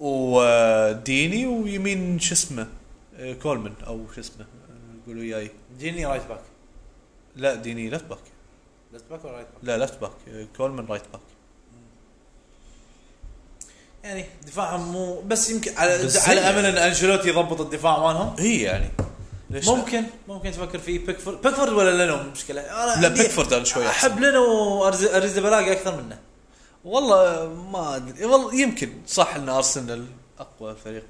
[SPEAKER 2] وديني ويمين شو اسمه آه، كولمان او شو اسمه آه، قولوا وياي
[SPEAKER 1] ديني رايت باك
[SPEAKER 2] لا ديني لفت باك
[SPEAKER 1] ليفت باك ولا رايت باك
[SPEAKER 2] لا لفت باك آه، كولمان رايت باك
[SPEAKER 1] يعني دفاعهم مو بس يمكن على
[SPEAKER 2] بس
[SPEAKER 1] على
[SPEAKER 2] زين.
[SPEAKER 1] امل ان انشيلوتي يضبط الدفاع مالهم
[SPEAKER 2] هي يعني ليش لا؟
[SPEAKER 1] ممكن ممكن تفكر في بيكفورد بيكفورد ولا لنو مشكله انا
[SPEAKER 2] لا
[SPEAKER 1] عندي-
[SPEAKER 2] بيكفورد انا شوي أحسن.
[SPEAKER 1] احب لنو وارز بلاقي اكثر منه
[SPEAKER 2] والله ما ادري والله يمكن صح ان ارسنال اقوى فريق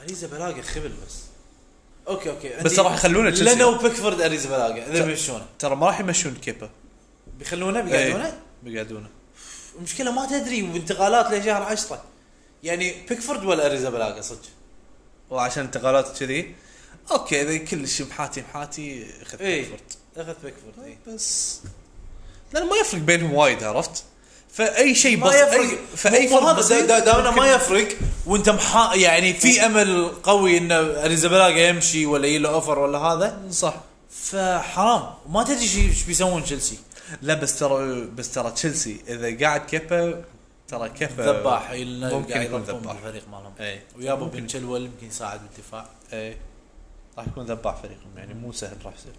[SPEAKER 1] اريزا بلاقي خبل بس اوكي اوكي عندي-
[SPEAKER 2] بس راح يخلونه تشيلسي.
[SPEAKER 1] لنو وبيكفورد اريزا بلاقي اذا
[SPEAKER 2] ترى-
[SPEAKER 1] بيمشونه
[SPEAKER 2] ترى ما راح يمشون كيبا
[SPEAKER 1] بيخلونه بيقعدونه
[SPEAKER 2] إيه، بيقعدونه
[SPEAKER 1] المشكله ما تدري وانتقالات لشهر 10 يعني بيكفورد ولا اريزا بلاقي صدق
[SPEAKER 2] وعشان انتقالات كذي اوكي اذا كلش محاتي محاتي اخذ
[SPEAKER 1] إيه.
[SPEAKER 2] بيكفورد
[SPEAKER 1] اخذ بيكفورد اي
[SPEAKER 2] إيه. بس لان ما يفرق بينهم وايد عرفت فاي شيء
[SPEAKER 1] ما
[SPEAKER 2] بس-
[SPEAKER 1] يفرق
[SPEAKER 2] أي- فاي
[SPEAKER 1] مو- مو
[SPEAKER 2] فرق
[SPEAKER 1] هذا دا-
[SPEAKER 2] بسيط
[SPEAKER 1] دا- داونا
[SPEAKER 2] ممكن-
[SPEAKER 1] ما يفرق وانت محا يعني في امل قوي ان اريزابيلاجا يمشي ولا يجي له اوفر ولا هذا
[SPEAKER 2] صح
[SPEAKER 1] فحرام ما تدري شي- ايش بيسوون تشيلسي
[SPEAKER 2] لا بس ترى بس ترى تشيلسي اذا قاعد كيبا ترى كيبا
[SPEAKER 1] ذباح اللي
[SPEAKER 2] ممكن
[SPEAKER 1] قاعد
[SPEAKER 2] يكون
[SPEAKER 1] يضبطون
[SPEAKER 2] ذباح
[SPEAKER 1] بالفريق مالهم
[SPEAKER 2] اي
[SPEAKER 1] ويابا
[SPEAKER 2] ممكن.
[SPEAKER 1] بن تشلول يمكن يساعد بالدفاع
[SPEAKER 2] ايه راح يكون ذباح فريقهم يعني مو سهل راح يصير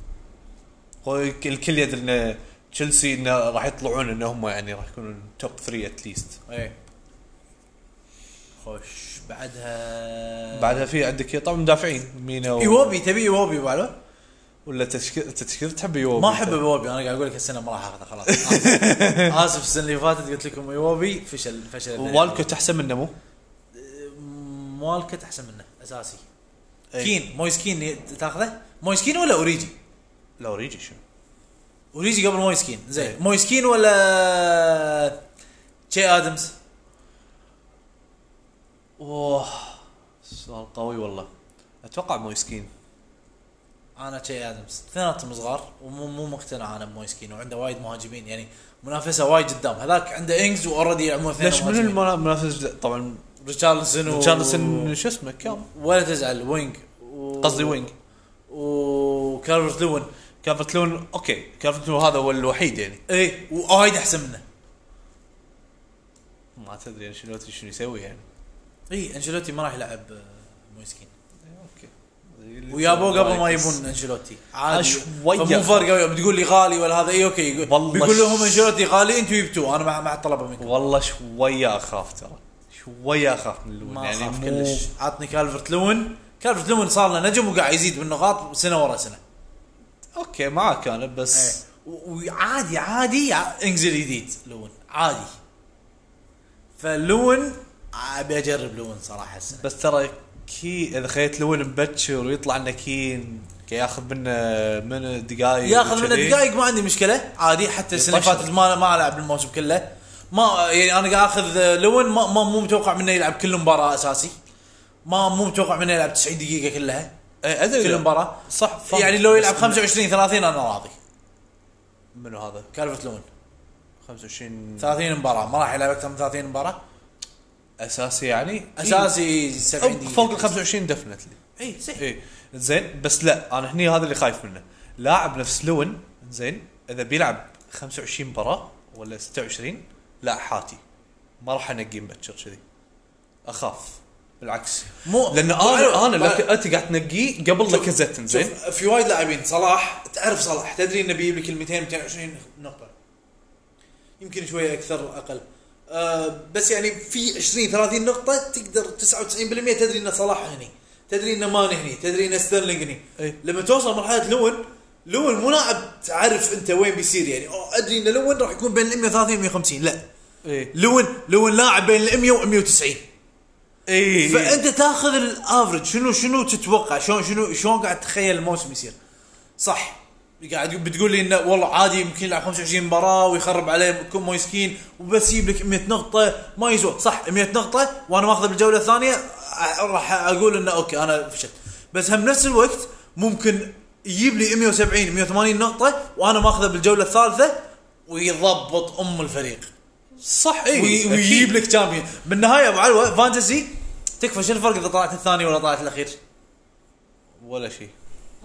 [SPEAKER 2] هو الك- الكل يدري ان تشيلسي انه راح يطلعون إيه. ان هم يعني راح يكونون توب 3 اتليست
[SPEAKER 1] اي خوش بعدها
[SPEAKER 2] بعدها في عندك طبعا مدافعين مينا و...
[SPEAKER 1] ايوبي تبي ايوبي بعده؟
[SPEAKER 2] ولا تشكيل تشكيل تحب يوبي
[SPEAKER 1] ما احب ايوبي انا قاعد اقول لك السنه ما راح اخذه خلاص آسف. اسف السنه اللي فاتت قلت لكم ايوبي فشل فشل
[SPEAKER 2] والكوت احسن إيه. منه مو؟
[SPEAKER 1] والكت احسن منه اساسي
[SPEAKER 2] إيه.
[SPEAKER 1] كين مويز كين ي- تاخذه؟ مويز كين ولا اوريجي؟
[SPEAKER 2] لا اوريجي شنو؟
[SPEAKER 1] اوريجي قبل مويز كين زين
[SPEAKER 2] إيه.
[SPEAKER 1] مويز كين ولا تشي ادمز؟
[SPEAKER 2] اوه سؤال قوي والله اتوقع مويسكين
[SPEAKER 1] انا تشي ادمز اثنيناتهم صغار ومو مو مقتنع انا بمويز كين وعنده وايد مهاجمين يعني منافسه وايد قدام هذاك عنده انجز واوريدي عمره اثنين
[SPEAKER 2] ليش من المنافس طبعا
[SPEAKER 1] ريتشارلسون و...
[SPEAKER 2] ريتشاردسون شو اسمه كم؟
[SPEAKER 1] ولا تزعل وينج و...
[SPEAKER 2] قصدي وينج
[SPEAKER 1] وكارفرت لون
[SPEAKER 2] كافرت لون اوكي كافرت لون هذا هو الوحيد يعني
[SPEAKER 1] اي وايد احسن إيه، منه
[SPEAKER 2] ما تدري انشيلوتي شنو يسوي يعني
[SPEAKER 1] اي انشيلوتي إيه، ما راح يلعب آه، مويسكين
[SPEAKER 2] اوكي
[SPEAKER 1] ويابوه قبل ما يبون انشيلوتي عادي
[SPEAKER 2] شوية.
[SPEAKER 1] فمو فرق بتقول لي غالي ولا هذا اي اوكي يقول-
[SPEAKER 2] والله
[SPEAKER 1] بيقول لهم
[SPEAKER 2] ش-
[SPEAKER 1] انشيلوتي غالي انتم جبتوه انا مع مع الطلبه منكم
[SPEAKER 2] والله شويه اخاف ترى شويه اخاف من اللون
[SPEAKER 1] ما
[SPEAKER 2] يعني
[SPEAKER 1] اخاف
[SPEAKER 2] مو-
[SPEAKER 1] كلش عطني كالفرت لون كالفرت لون صار له نجم وقاعد يزيد بالنقاط سنه ورا سنه
[SPEAKER 2] اوكي معك انا
[SPEAKER 1] إيه.
[SPEAKER 2] بس
[SPEAKER 1] و- وعادي عادي ع- انزل جديد لون عادي فلون ابي اجرب لون صراحه السنه
[SPEAKER 2] بس ترى كي اذا خليت لون مبكر ويطلع لنا كين ياخذ منه من دقائق
[SPEAKER 1] ياخذ منه دقائق ما عندي مشكله عادي حتى السنه اللي
[SPEAKER 2] يطشر.
[SPEAKER 1] فاتت ما ما العب الموسم كله ما يعني انا قاعد اخذ لون ما, ما مو متوقع منه يلعب كل مباراه اساسي ما مو متوقع منه يلعب 90 دقيقه كلها
[SPEAKER 2] ادري
[SPEAKER 1] كل مباراه
[SPEAKER 2] إيه، صح فاهم.
[SPEAKER 1] يعني لو
[SPEAKER 2] بس
[SPEAKER 1] يلعب
[SPEAKER 2] من-
[SPEAKER 1] 25 30 انا راضي
[SPEAKER 2] منو هذا
[SPEAKER 1] كالفت لون
[SPEAKER 2] 25
[SPEAKER 1] 30 مباراه ما راح يلعب اكثر من 30 مباراه
[SPEAKER 2] اساسي يعني
[SPEAKER 1] اساسي 70
[SPEAKER 2] إيه.
[SPEAKER 1] دقيقه
[SPEAKER 2] فوق ال 25 دفنتلي
[SPEAKER 1] اي صحيح
[SPEAKER 2] اي إيه، زين بس لا انا هني هذا اللي خايف منه لاعب نفس لون زين اذا بيلعب 25 مباراه ولا 26 لا حاتي ما راح انقي مبكر كذي اخاف بالعكس
[SPEAKER 1] مو
[SPEAKER 2] لان
[SPEAKER 1] مو حلو.
[SPEAKER 2] انا انا لك
[SPEAKER 1] شوف،
[SPEAKER 2] انت قاعد تنقيه قبل لاكازيت زين
[SPEAKER 1] في وايد لاعبين صلاح تعرف صلاح تدري انه بيجيب لك ال 200 220 نقطه يمكن شويه اكثر اقل أه بس يعني في 20 30 نقطه تقدر 99% تدري ان صلاح هني تدري ان مان هني تدري ان ستيرلينج هني
[SPEAKER 2] إيه.
[SPEAKER 1] لما توصل مرحله لون لون مو لاعب تعرف انت وين بيصير يعني أو ادري ان لون راح يكون بين ال 130 150 لا
[SPEAKER 2] اي
[SPEAKER 1] لون لون لاعب بين ال 100 و 190
[SPEAKER 2] اي
[SPEAKER 1] فانت تاخذ الافرج شنو شنو تتوقع شلون شنو شلون قاعد تتخيل الموسم يصير صح قاعد بتقول لي انه والله عادي يمكن يلعب 25 مباراه ويخرب عليه كم مسكين وبس يجيب لك 100 نقطه ما يزول صح 100 نقطه وانا ماخذه بالجوله الثانيه أ- راح اقول انه اوكي انا فشلت بس هم نفس الوقت ممكن يجيب لي 170 180 نقطه وانا ماخذه بالجوله الثالثه ويضبط ام الفريق
[SPEAKER 2] صح اي
[SPEAKER 1] وي- ويجيب لك تشامبيون بالنهايه ابو علوه فانتسي تكفى شنو الفرق اذا طلعت الثاني ولا طلعت الاخير؟
[SPEAKER 2] ولا شيء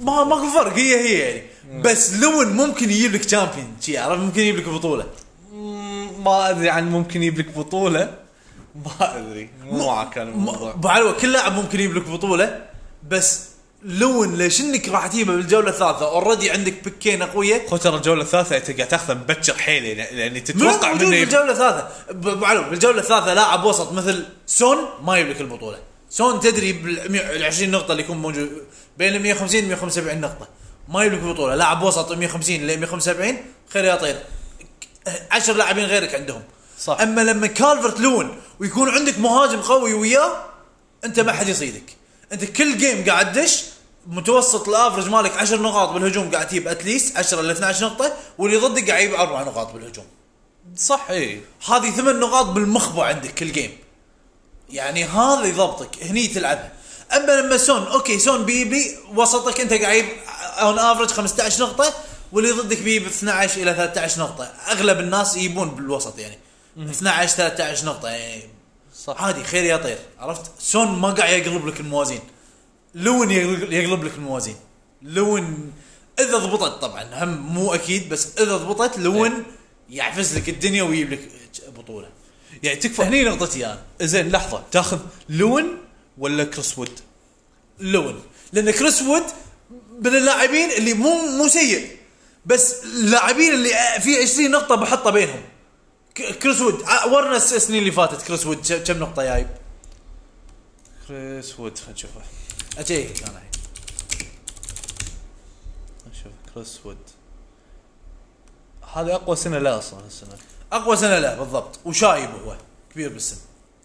[SPEAKER 1] ما ماكو فرق هي هي يعني بس لون ممكن يجيب لك تشامبيون شي عرفت ممكن يجيب لك بطوله
[SPEAKER 2] مم، ما ادري عن ممكن يجيب لك بطوله ما ادري مو معك انا
[SPEAKER 1] م-
[SPEAKER 2] الموضوع
[SPEAKER 1] ابو علوه كل لاعب ممكن يجيب لك بطوله بس لون ليش انك راح تجيبه بالجوله الثالثه اوريدي عندك بكين اقوياء
[SPEAKER 2] خو ترى الجوله الثالثه انت قاعد تاخذه مبكر حيل يعني لان
[SPEAKER 1] تتوقع
[SPEAKER 2] تتوقع
[SPEAKER 1] موجود
[SPEAKER 2] منه يب-
[SPEAKER 1] بالجوله الثالثه ب- ابو علوه بالجوله الثالثه لاعب وسط مثل سون ما يجيب لك البطوله سون تدري بال 100 ال 20 نقطه اللي يكون موجود بين ال 150 و 175 نقطه ما يجيب لك بطوله لاعب وسط 150 ل 175 خير يا طير عشر لاعبين غيرك عندهم
[SPEAKER 2] صح.
[SPEAKER 1] اما لما كالفرت لون ويكون عندك مهاجم قوي وياه انت ما حد يصيدك انت كل جيم قاعد تدش متوسط الافرج مالك 10 نقاط بالهجوم قاعد تجيب اتليست 10 ل 12 نقطه واللي ضدك قاعد يجيب اربع نقاط بالهجوم
[SPEAKER 2] صح إيه. اي
[SPEAKER 1] هذه ثمان نقاط بالمخبى عندك كل جيم يعني هذا يضبطك هني تلعبها اما لما سون اوكي سون بيجيب لي وسطك انت قاعد اون افرج 15 نقطه واللي ضدك بيجيب 12 الى 13 نقطه اغلب الناس يجيبون بالوسط يعني 12 13 نقطه يعني
[SPEAKER 2] صح.
[SPEAKER 1] عادي خير يا طير عرفت سون ما قاعد يقلب لك الموازين لون يقلب يقلب لك الموازين لون اذا ضبطت طبعا هم مو اكيد بس اذا ضبطت لون يعفس لك الدنيا ويجيب لك بطوله
[SPEAKER 2] يعني تكفى
[SPEAKER 1] فهني نقطتي انا
[SPEAKER 2] زين لحظه تاخذ لون ولا كريس وود؟
[SPEAKER 1] لون لان كريس وود من اللاعبين اللي مو مو سيء بس اللاعبين اللي في 20 نقطه بحطه بينهم ك- كريس وود ع- ورنا السنين اللي فاتت كريس وود ش- كم نقطه جايب
[SPEAKER 2] كريس وود خلينا نشوفه
[SPEAKER 1] اجي انا الحين
[SPEAKER 2] نشوف كريس وود هذه اقوى سنه لا اصلا هالسنه
[SPEAKER 1] اقوى سنه له بالضبط وشايب هو كبير بالسن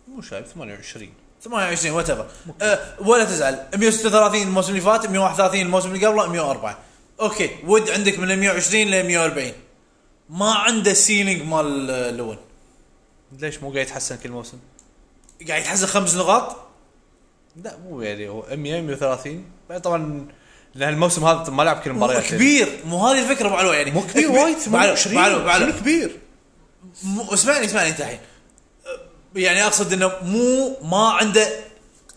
[SPEAKER 2] مو شايف 28
[SPEAKER 1] 28 وات ايفر أه ولا تزعل 136 الموسم اللي فات 131 الموسم اللي قبله 104 اوكي ود عندك من 120 ل 140 ما عنده سيلينج مال آه، لون
[SPEAKER 2] ليش مو قاعد يتحسن كل موسم؟
[SPEAKER 1] قاعد يتحسن خمس نقاط
[SPEAKER 2] لا مو يعني هو 100 130 بعدين طبعا لان الموسم هذا ما لعب كل
[SPEAKER 1] مو
[SPEAKER 2] المباريات يعني.
[SPEAKER 1] كبير مو هذه الفكره ابو علو يعني
[SPEAKER 2] مو كبير وايد
[SPEAKER 1] ابو علو أبو علو أبو علو.
[SPEAKER 2] شنو كبير
[SPEAKER 1] مو اسمعني اسمعني انت الحين أه، يعني اقصد انه مو ما عنده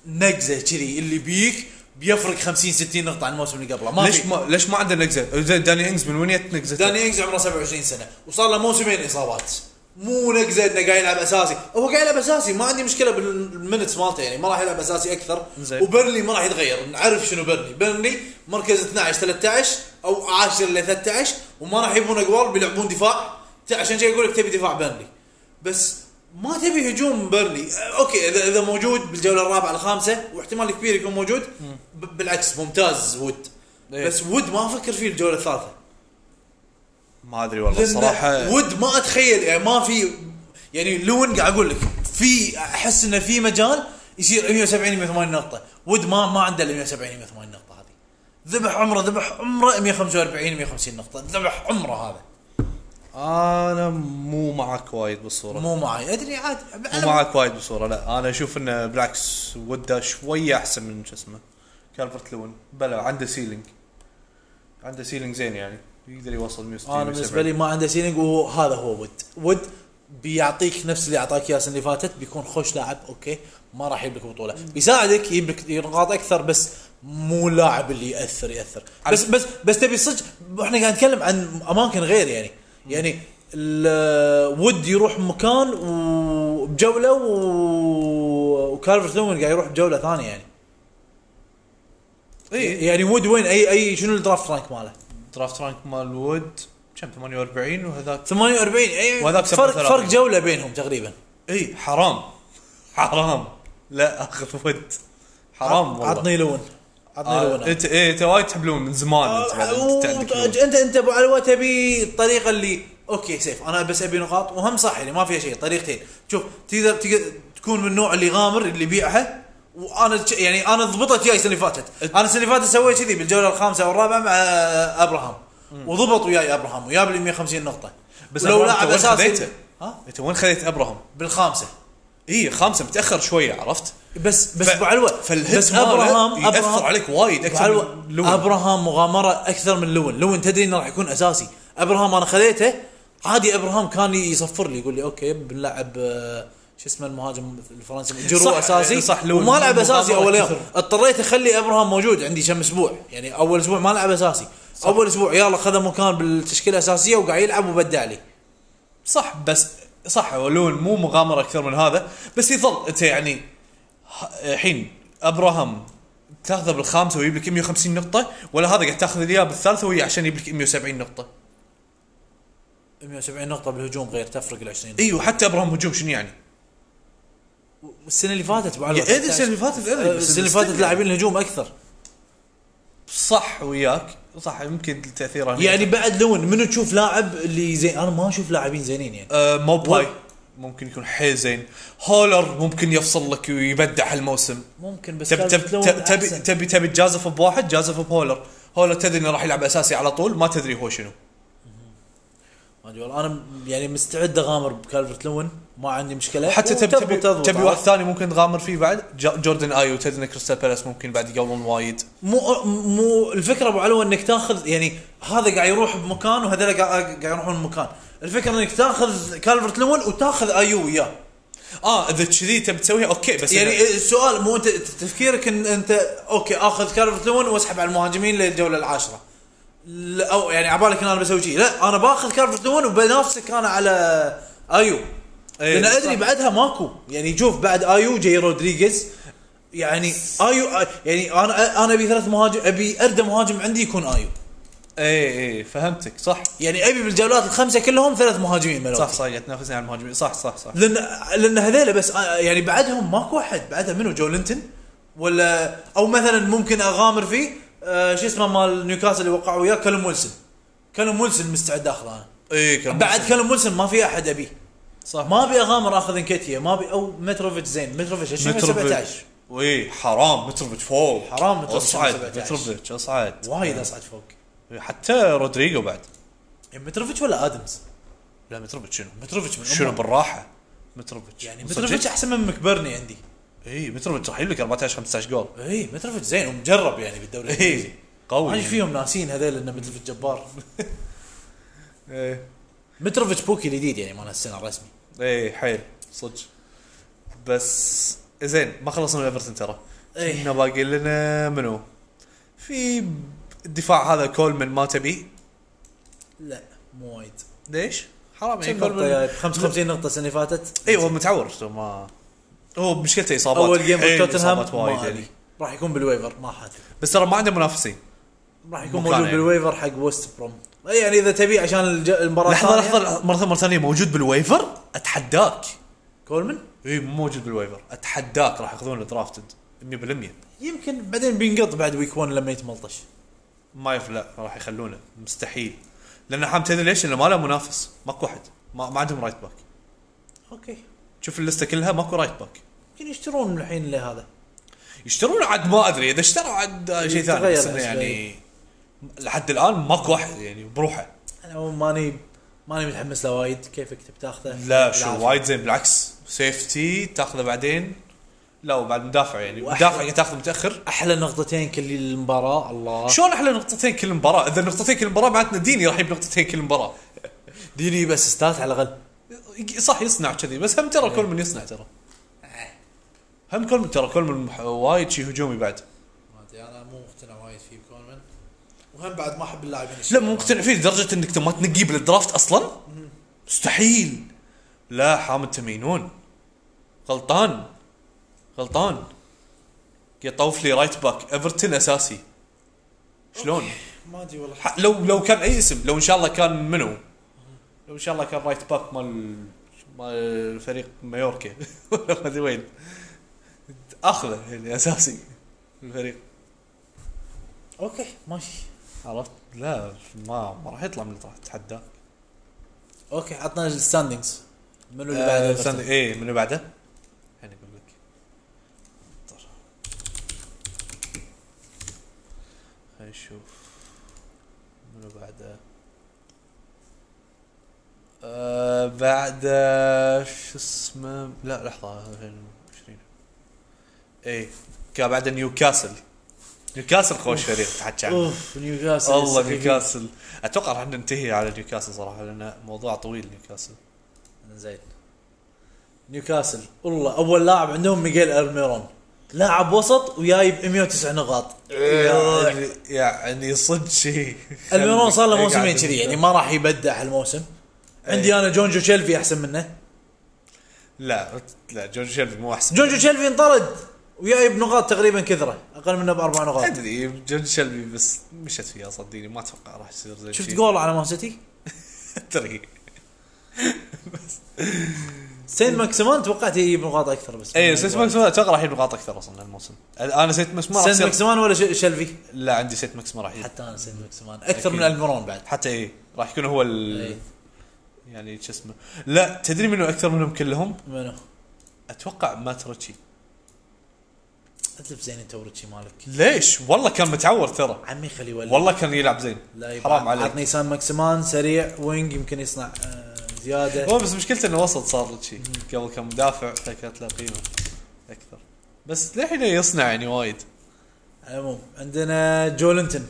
[SPEAKER 1] نقزه كذي اللي بيك بيفرق 50 60 نقطه عن الموسم اللي قبله ما
[SPEAKER 2] ليش
[SPEAKER 1] في.
[SPEAKER 2] ما ليش ما عنده نقزه؟ زين داني انجز من وين جت نقزته؟
[SPEAKER 1] داني انجز عمره 27 سنه وصار له موسمين اصابات مو نقزه انه قاعد يلعب اساسي هو قاعد يلعب اساسي ما عندي مشكله بالمنتس مالته يعني ما راح يلعب اساسي اكثر
[SPEAKER 2] زين.
[SPEAKER 1] وبرلي ما راح يتغير نعرف شنو برلي برلي مركز 12 13 او 10 ل 13 وما راح يبون اقوال بيلعبون دفاع ت- عشان كذا اقول لك تبي دفاع برلي بس ما تبي هجوم برلي أه، اوكي اذا اذا موجود بالجوله الرابعه الخامسه واحتمال كبير يكون موجود ب- بالعكس ممتاز وود
[SPEAKER 2] إيه.
[SPEAKER 1] بس وود ما افكر فيه الجوله الثالثه
[SPEAKER 2] ما ادري والله
[SPEAKER 1] لأن
[SPEAKER 2] الصراحه
[SPEAKER 1] ود ما اتخيل يعني ما في يعني لون قاعد اقول لك في احس انه في مجال يصير 170 180 نقطه ود ما ما عنده الا 170 180 نقطه هذه ذبح عمره ذبح عمره 145 150 نقطه ذبح عمره هذا
[SPEAKER 2] انا مو معك وايد بالصوره
[SPEAKER 1] مو معي ادري عاد
[SPEAKER 2] مو معك وايد بالصوره لا انا اشوف انه بالعكس وده شويه احسن من شو اسمه كالفرت لون بلا عنده سيلينج عنده سيلينج زين يعني يقدر يوصل 160
[SPEAKER 1] انا بالنسبه لي
[SPEAKER 2] 170.
[SPEAKER 1] ما عنده سيلينج وهذا هو ود ود بيعطيك نفس اللي اعطاك اياه السنه اللي فاتت بيكون خوش لاعب اوكي ما راح يجيب لك بطوله بيساعدك يجيب لك نقاط اكثر بس مو لاعب اللي ياثر ياثر بس بس بس تبي صدق احنا قاعد نتكلم عن اماكن غير يعني يعني ال- ود يروح مكان وبجوله و... وكالفرت لوين قاعد يروح بجوله ثانيه يعني
[SPEAKER 2] اي
[SPEAKER 1] يعني ود وين اي اي شنو الدرافت رانك ماله؟
[SPEAKER 2] درافت رانك مال وود كم 48 وهذاك
[SPEAKER 1] 48 اي
[SPEAKER 2] وهذاك
[SPEAKER 1] فرق
[SPEAKER 2] 37.
[SPEAKER 1] فرق جوله بينهم تقريبا
[SPEAKER 2] اي حرام حرام لا اخذ ود حرام والله
[SPEAKER 1] عطني لون عطني لون
[SPEAKER 2] آه، انت ايه انت وايد تحب لون من زمان
[SPEAKER 1] آه،
[SPEAKER 2] انت بعد، انت عندك لون.
[SPEAKER 1] انت انت انت ابو علوه تبي الطريقه اللي اوكي سيف انا بس ابي نقاط وهم صح يعني ما فيها شيء طريقتين شوف تقدر تقدر تكون من النوع اللي غامر اللي يبيعها وانا ج- يعني انا ضبطت وياي السنه اللي فاتت انا السنه اللي فاتت سويت كذي بالجوله الخامسه والرابعه مع آه، ابراهام وضبط وياي ابراهام وياب لي 150 نقطه
[SPEAKER 2] بس
[SPEAKER 1] لو
[SPEAKER 2] أبراهام
[SPEAKER 1] لاعب
[SPEAKER 2] أنت وين
[SPEAKER 1] اساسي
[SPEAKER 2] خذيته؟
[SPEAKER 1] ها
[SPEAKER 2] انت وين خذيت ابراهام؟
[SPEAKER 1] بالخامسه
[SPEAKER 2] اي خمسه متاخر شويه عرفت؟
[SPEAKER 1] بس بس
[SPEAKER 2] ف-
[SPEAKER 1] ابو علوه
[SPEAKER 2] فالهيت
[SPEAKER 1] بس
[SPEAKER 2] ماله
[SPEAKER 1] ابراهام
[SPEAKER 2] يأثر
[SPEAKER 1] ابراهام
[SPEAKER 2] عليك وايد أكثر
[SPEAKER 1] وعلو-
[SPEAKER 2] من لون.
[SPEAKER 1] ابراهام مغامره اكثر من لون لون تدري انه راح يكون اساسي ابراهام انا خذيته عادي ابراهام كان يصفر لي يقول لي اوكي بنلعب آه، شو اسمه المهاجم الفرنسي جيرو
[SPEAKER 2] صح، يعني
[SPEAKER 1] اساسي
[SPEAKER 2] صح، لون.
[SPEAKER 1] وما لعب اساسي
[SPEAKER 2] مغامرة
[SPEAKER 1] اول يوم
[SPEAKER 2] كثر.
[SPEAKER 1] اضطريت اخلي ابراهام موجود عندي كم اسبوع يعني اول اسبوع ما لعب اساسي اول اسبوع يلا خذ مكان بالتشكيله الاساسيه وقاعد يلعب وبدع لي
[SPEAKER 2] صح بس صح هو لون مو مغامره اكثر من هذا بس يظل انت يعني ه- الحين ابراهام تاخذه بالخامسه ويجيب لك 150 نقطه ولا هذا قاعد تاخذ اياه بالثالثه وهي عشان يجيب لك 170 نقطه
[SPEAKER 1] 170 نقطه بالهجوم غير تفرق ال 20
[SPEAKER 2] اي وحتى ابراهام هجوم شنو يعني؟
[SPEAKER 1] السنه اللي فاتت بعد
[SPEAKER 2] يا إيه، السنة اللي فاتت، أدري، بس
[SPEAKER 1] السنه آه، اللي
[SPEAKER 2] ستيل
[SPEAKER 1] فاتت
[SPEAKER 2] يعني.
[SPEAKER 1] لاعبين الهجوم اكثر
[SPEAKER 2] صح وياك صح يمكن تاثيره هنا.
[SPEAKER 1] يعني بعد لون منو تشوف لاعب اللي زين انا ما اشوف لاعبين زينين يعني
[SPEAKER 2] آه موباي
[SPEAKER 1] و-
[SPEAKER 2] ممكن يكون حيل زين هولر ممكن يفصل لك ويبدع هالموسم
[SPEAKER 1] آه، ممكن بس
[SPEAKER 2] تبي
[SPEAKER 1] كارلوس
[SPEAKER 2] تبي
[SPEAKER 1] لون
[SPEAKER 2] تبي تبي
[SPEAKER 1] أحسن.
[SPEAKER 2] تبي تبي تجازف بواحد جازف بهولر هولر تدري انه راح يلعب اساسي على طول ما تدري هو شنو
[SPEAKER 1] ما أدري والله انا م- يعني مستعد اغامر بكالفرت لون ما عندي مشكله
[SPEAKER 2] حتى تبي
[SPEAKER 1] وتضبط-
[SPEAKER 2] تبي,
[SPEAKER 1] تضبط،
[SPEAKER 2] تبي واحد
[SPEAKER 1] عرفت؟
[SPEAKER 2] ثاني ممكن تغامر فيه بعد ج- جوردن ايو تدري ان كريستال بالاس ممكن بعد يقولون وايد
[SPEAKER 1] مو مو الفكره ابو علو انك تاخذ يعني هذا قاعد يروح بمكان وهذول قاعد قاعد يروحون بمكان الفكره انك تاخذ كالفرت لون وتاخذ ايو وياه
[SPEAKER 2] اه اذا كذي تبي تسويها اوكي بس
[SPEAKER 1] يعني
[SPEAKER 2] يعني
[SPEAKER 1] السؤال مو انت تفكيرك ان انت اوكي اخذ كارفت لون واسحب على المهاجمين للجوله العاشره لا، او يعني عبالك ان انا بسوي شيء لا انا باخذ كارفت لون وبنافسك انا على ايو
[SPEAKER 2] إيه،
[SPEAKER 1] لان ادري
[SPEAKER 2] صح.
[SPEAKER 1] بعدها ماكو يعني شوف بعد ايو جاي رودريغيز يعني ايو يعني انا انا ابي ثلاث مهاجم ابي اردى مهاجم عندي يكون ايو
[SPEAKER 2] اي اي إيه، فهمتك صح
[SPEAKER 1] يعني ابي بالجولات الخمسه كلهم ثلاث مهاجمين ملوك
[SPEAKER 2] صح صح قاعد تنافسني على المهاجمين صح صح صح
[SPEAKER 1] آه، لان لان هذيلا بس يعني بعدهم ماكو احد بعدها منو جو لينتون ولا او مثلا ممكن اغامر فيه آه شو اسمه مال نيوكاسل اللي وقعوا وياه كلم ويلسون كلم ويلسون مستعد اخذه انا
[SPEAKER 2] اي كان
[SPEAKER 1] بعد
[SPEAKER 2] موسم.
[SPEAKER 1] كلم ويلسون ما في احد ابيه
[SPEAKER 2] صح
[SPEAKER 1] ما ابي اغامر اخذ انكتيا ما ابي او متروفيتش زين متروفيتش 20
[SPEAKER 2] متروفيتش.
[SPEAKER 1] 17
[SPEAKER 2] وي حرام متروفيتش فوق
[SPEAKER 1] حرام متروفيتش
[SPEAKER 2] اصعد
[SPEAKER 1] 17.
[SPEAKER 2] متروفيتش اصعد
[SPEAKER 1] وايد اصعد فوق
[SPEAKER 2] حتى رودريجو بعد
[SPEAKER 1] يعني متروفيتش ولا ادمز؟
[SPEAKER 2] لا متروفيتش شنو
[SPEAKER 1] متروفيتش من
[SPEAKER 2] شنو
[SPEAKER 1] أمه.
[SPEAKER 2] بالراحه متروفيتش
[SPEAKER 1] أمم. يعني
[SPEAKER 2] مسجل؟
[SPEAKER 1] متروفيتش احسن من مكبرني عندي
[SPEAKER 2] اي متروفيتش راح يجيب لك 14 15 جول
[SPEAKER 1] اي متروفيتش زين ومجرب يعني بالدوري الانجليزي
[SPEAKER 2] اي قوي
[SPEAKER 1] ما أدري
[SPEAKER 2] إيه. يعني.
[SPEAKER 1] فيهم ناسين هذيل انه متروفيتش جبار
[SPEAKER 2] ايه
[SPEAKER 1] متروفيتش بوكي الجديد يعني مال السنه الرسمي
[SPEAKER 2] ايه حيل صدق بس زين ما خلصنا من ايفرتون ترى
[SPEAKER 1] إيه.
[SPEAKER 2] كنا باقي لنا منو؟ في الدفاع هذا كولمان ما تبي
[SPEAKER 1] لا مو وايد
[SPEAKER 2] ليش؟ حرام يعني
[SPEAKER 1] كم
[SPEAKER 2] كولمان
[SPEAKER 1] نقطة 55 نقطة السنة اللي فاتت
[SPEAKER 2] اي إيه، هو متعور شو ما هو مشكلته اصابات
[SPEAKER 1] اول جيم
[SPEAKER 2] حيل
[SPEAKER 1] ضد توتنهام
[SPEAKER 2] إصابات إيه، وايد
[SPEAKER 1] ما
[SPEAKER 2] يعني.
[SPEAKER 1] أبي. راح يكون بالويفر ما حد
[SPEAKER 2] بس ترى ما عنده منافسين
[SPEAKER 1] راح يكون
[SPEAKER 2] مكانه
[SPEAKER 1] موجود
[SPEAKER 2] يعني.
[SPEAKER 1] بالويفر حق ويست بروم أي يعني اذا تبي عشان الج- المباراة
[SPEAKER 2] لحظه
[SPEAKER 1] الثانية.
[SPEAKER 2] لحظه مره مره ثانيه موجود بالويفر اتحداك
[SPEAKER 1] كولمن
[SPEAKER 2] اي إيه، مو موجود بالويفر اتحداك راح ياخذون درافتد 100%
[SPEAKER 1] يمكن بعدين بينقط بعد ويك 1 لما يتملطش
[SPEAKER 2] ما يف لا راح يخلونه مستحيل لان حام تدري ليش؟ لانه ما له منافس ماكو احد ما, ما عندهم رايت باك
[SPEAKER 1] اوكي
[SPEAKER 2] شوف اللسته كلها ماكو رايت باك
[SPEAKER 1] يمكن يشترون الحين لهذا
[SPEAKER 2] يشترون عاد ما ادري اذا اشتروا عاد شيء ثاني
[SPEAKER 1] يتغير
[SPEAKER 2] بس إنه يعني لحد الان ماكو واحد يعني بروحه
[SPEAKER 1] انا ماني ماني متحمس له وايد كيفك تبي تاخذه
[SPEAKER 2] لا شو
[SPEAKER 1] بالعافية.
[SPEAKER 2] وايد زين بالعكس سيفتي تاخذه بعدين لا وبعد مدافع يعني
[SPEAKER 1] وأحلى-
[SPEAKER 2] مدافع تاخذه متاخر
[SPEAKER 1] احلى نقطتين كل المباراه الله
[SPEAKER 2] شلون احلى نقطتين كل مباراه اذا نقطتين كل مباراه معناتنا ديني راح يجيب نقطتين كل مباراه
[SPEAKER 1] ديني بس ستات على الاقل
[SPEAKER 2] صح يصنع كذي بس هم ترى كل من يصنع ترى
[SPEAKER 1] آه.
[SPEAKER 2] هم كل من ترى كل من مح- وايد شيء هجومي بعد
[SPEAKER 1] ما ادري انا مو مقتنع وايد فيه كولمان وهم بعد ما احب اللاعبين
[SPEAKER 2] لا مو مقتنع فيه لدرجه انك ما تنقيه بالدرافت اصلا مستحيل لا حامد تمينون غلطان غلطان يطوف لي رايت باك ايفرتون اساسي شلون
[SPEAKER 1] ما ادري والله
[SPEAKER 2] ح- لو لو كان اي اسم لو ان شاء الله كان منو لو ان شاء الله كان رايت باك مال مال فريق مايوركا ولا ما ادري وين اخذه يعني اساسي الفريق
[SPEAKER 1] اوكي ماشي
[SPEAKER 2] عرفت لا ما ما راح يطلع من اللي راح تحدى
[SPEAKER 1] اوكي عطنا الستاندينجز منو اللي
[SPEAKER 2] آه،
[SPEAKER 1] بعده
[SPEAKER 2] سند- ايه منو بعده؟ خليني اقول لك انطر. طيب. خلينا نشوف منو بعده آه بعد شو اسمه لا لحظة 2020 ايه كان بعد نيوكاسل نيوكاسل خوش فريق تحكي عنه
[SPEAKER 1] اوف نيوكاسل
[SPEAKER 2] والله نيوكاسل اتوقع راح ننتهي على نيوكاسل صراحة لان موضوع طويل نيوكاسل
[SPEAKER 1] زين نيوكاسل والله اول لاعب عندهم ميغيل ارميرون لاعب وسط وجايب 109 نقاط
[SPEAKER 2] يعني يعني صدق إيه، شيء
[SPEAKER 1] الميرون صار له موسمين كذي يعني ما راح يبدع هالموسم عندي انا جونجو تشيلفي احسن منه
[SPEAKER 2] لا لا جون شيلفي مو احسن
[SPEAKER 1] جونجو تشيلفي انطرد وجايب نقاط تقريبا كثره اقل منه باربع نقاط
[SPEAKER 2] ادري جون شيلفي بس مشت فيها صدقني ما اتوقع راح يصير زي
[SPEAKER 1] شفت
[SPEAKER 2] شيء.
[SPEAKER 1] جول على مان سيتي
[SPEAKER 2] ادري
[SPEAKER 1] سين ماكسيمان توقعت يجيب نقاط اكثر بس
[SPEAKER 2] اي إيه، سيت ماكسمان اتوقع راح يجيب نقاط اكثر اصلا هالموسم انا سيت ماكس ما راح
[SPEAKER 1] سين
[SPEAKER 2] يصير
[SPEAKER 1] ماكسيمان ولا ش- شيلفي
[SPEAKER 2] لا عندي سيت ماكس ما راح يجيب
[SPEAKER 1] حتى انا سين ماكسيمان اكثر
[SPEAKER 2] أكيد.
[SPEAKER 1] من المرون بعد
[SPEAKER 2] حتى اي راح يكون هو ال
[SPEAKER 1] إيه.
[SPEAKER 2] يعني شو اسمه لا تدري منو اكثر منهم كلهم؟
[SPEAKER 1] منو؟
[SPEAKER 2] اتوقع مات ريتشي
[SPEAKER 1] اتلف زين انت وريتشي مالك
[SPEAKER 2] ليش؟ والله كان متعور ترى
[SPEAKER 1] عمي خلي يولي
[SPEAKER 2] والله كان يلعب زين
[SPEAKER 1] لا يبا.
[SPEAKER 2] حرام عليك
[SPEAKER 1] عطني سان ماكسيمان سريع وينج يمكن يصنع آه، زياده
[SPEAKER 2] هو بس مشكلته انه وسط صار لك شيء قبل كان مدافع فكانت له قيمه اكثر بس للحين يصنع يعني وايد
[SPEAKER 1] على العموم عندنا جولنتن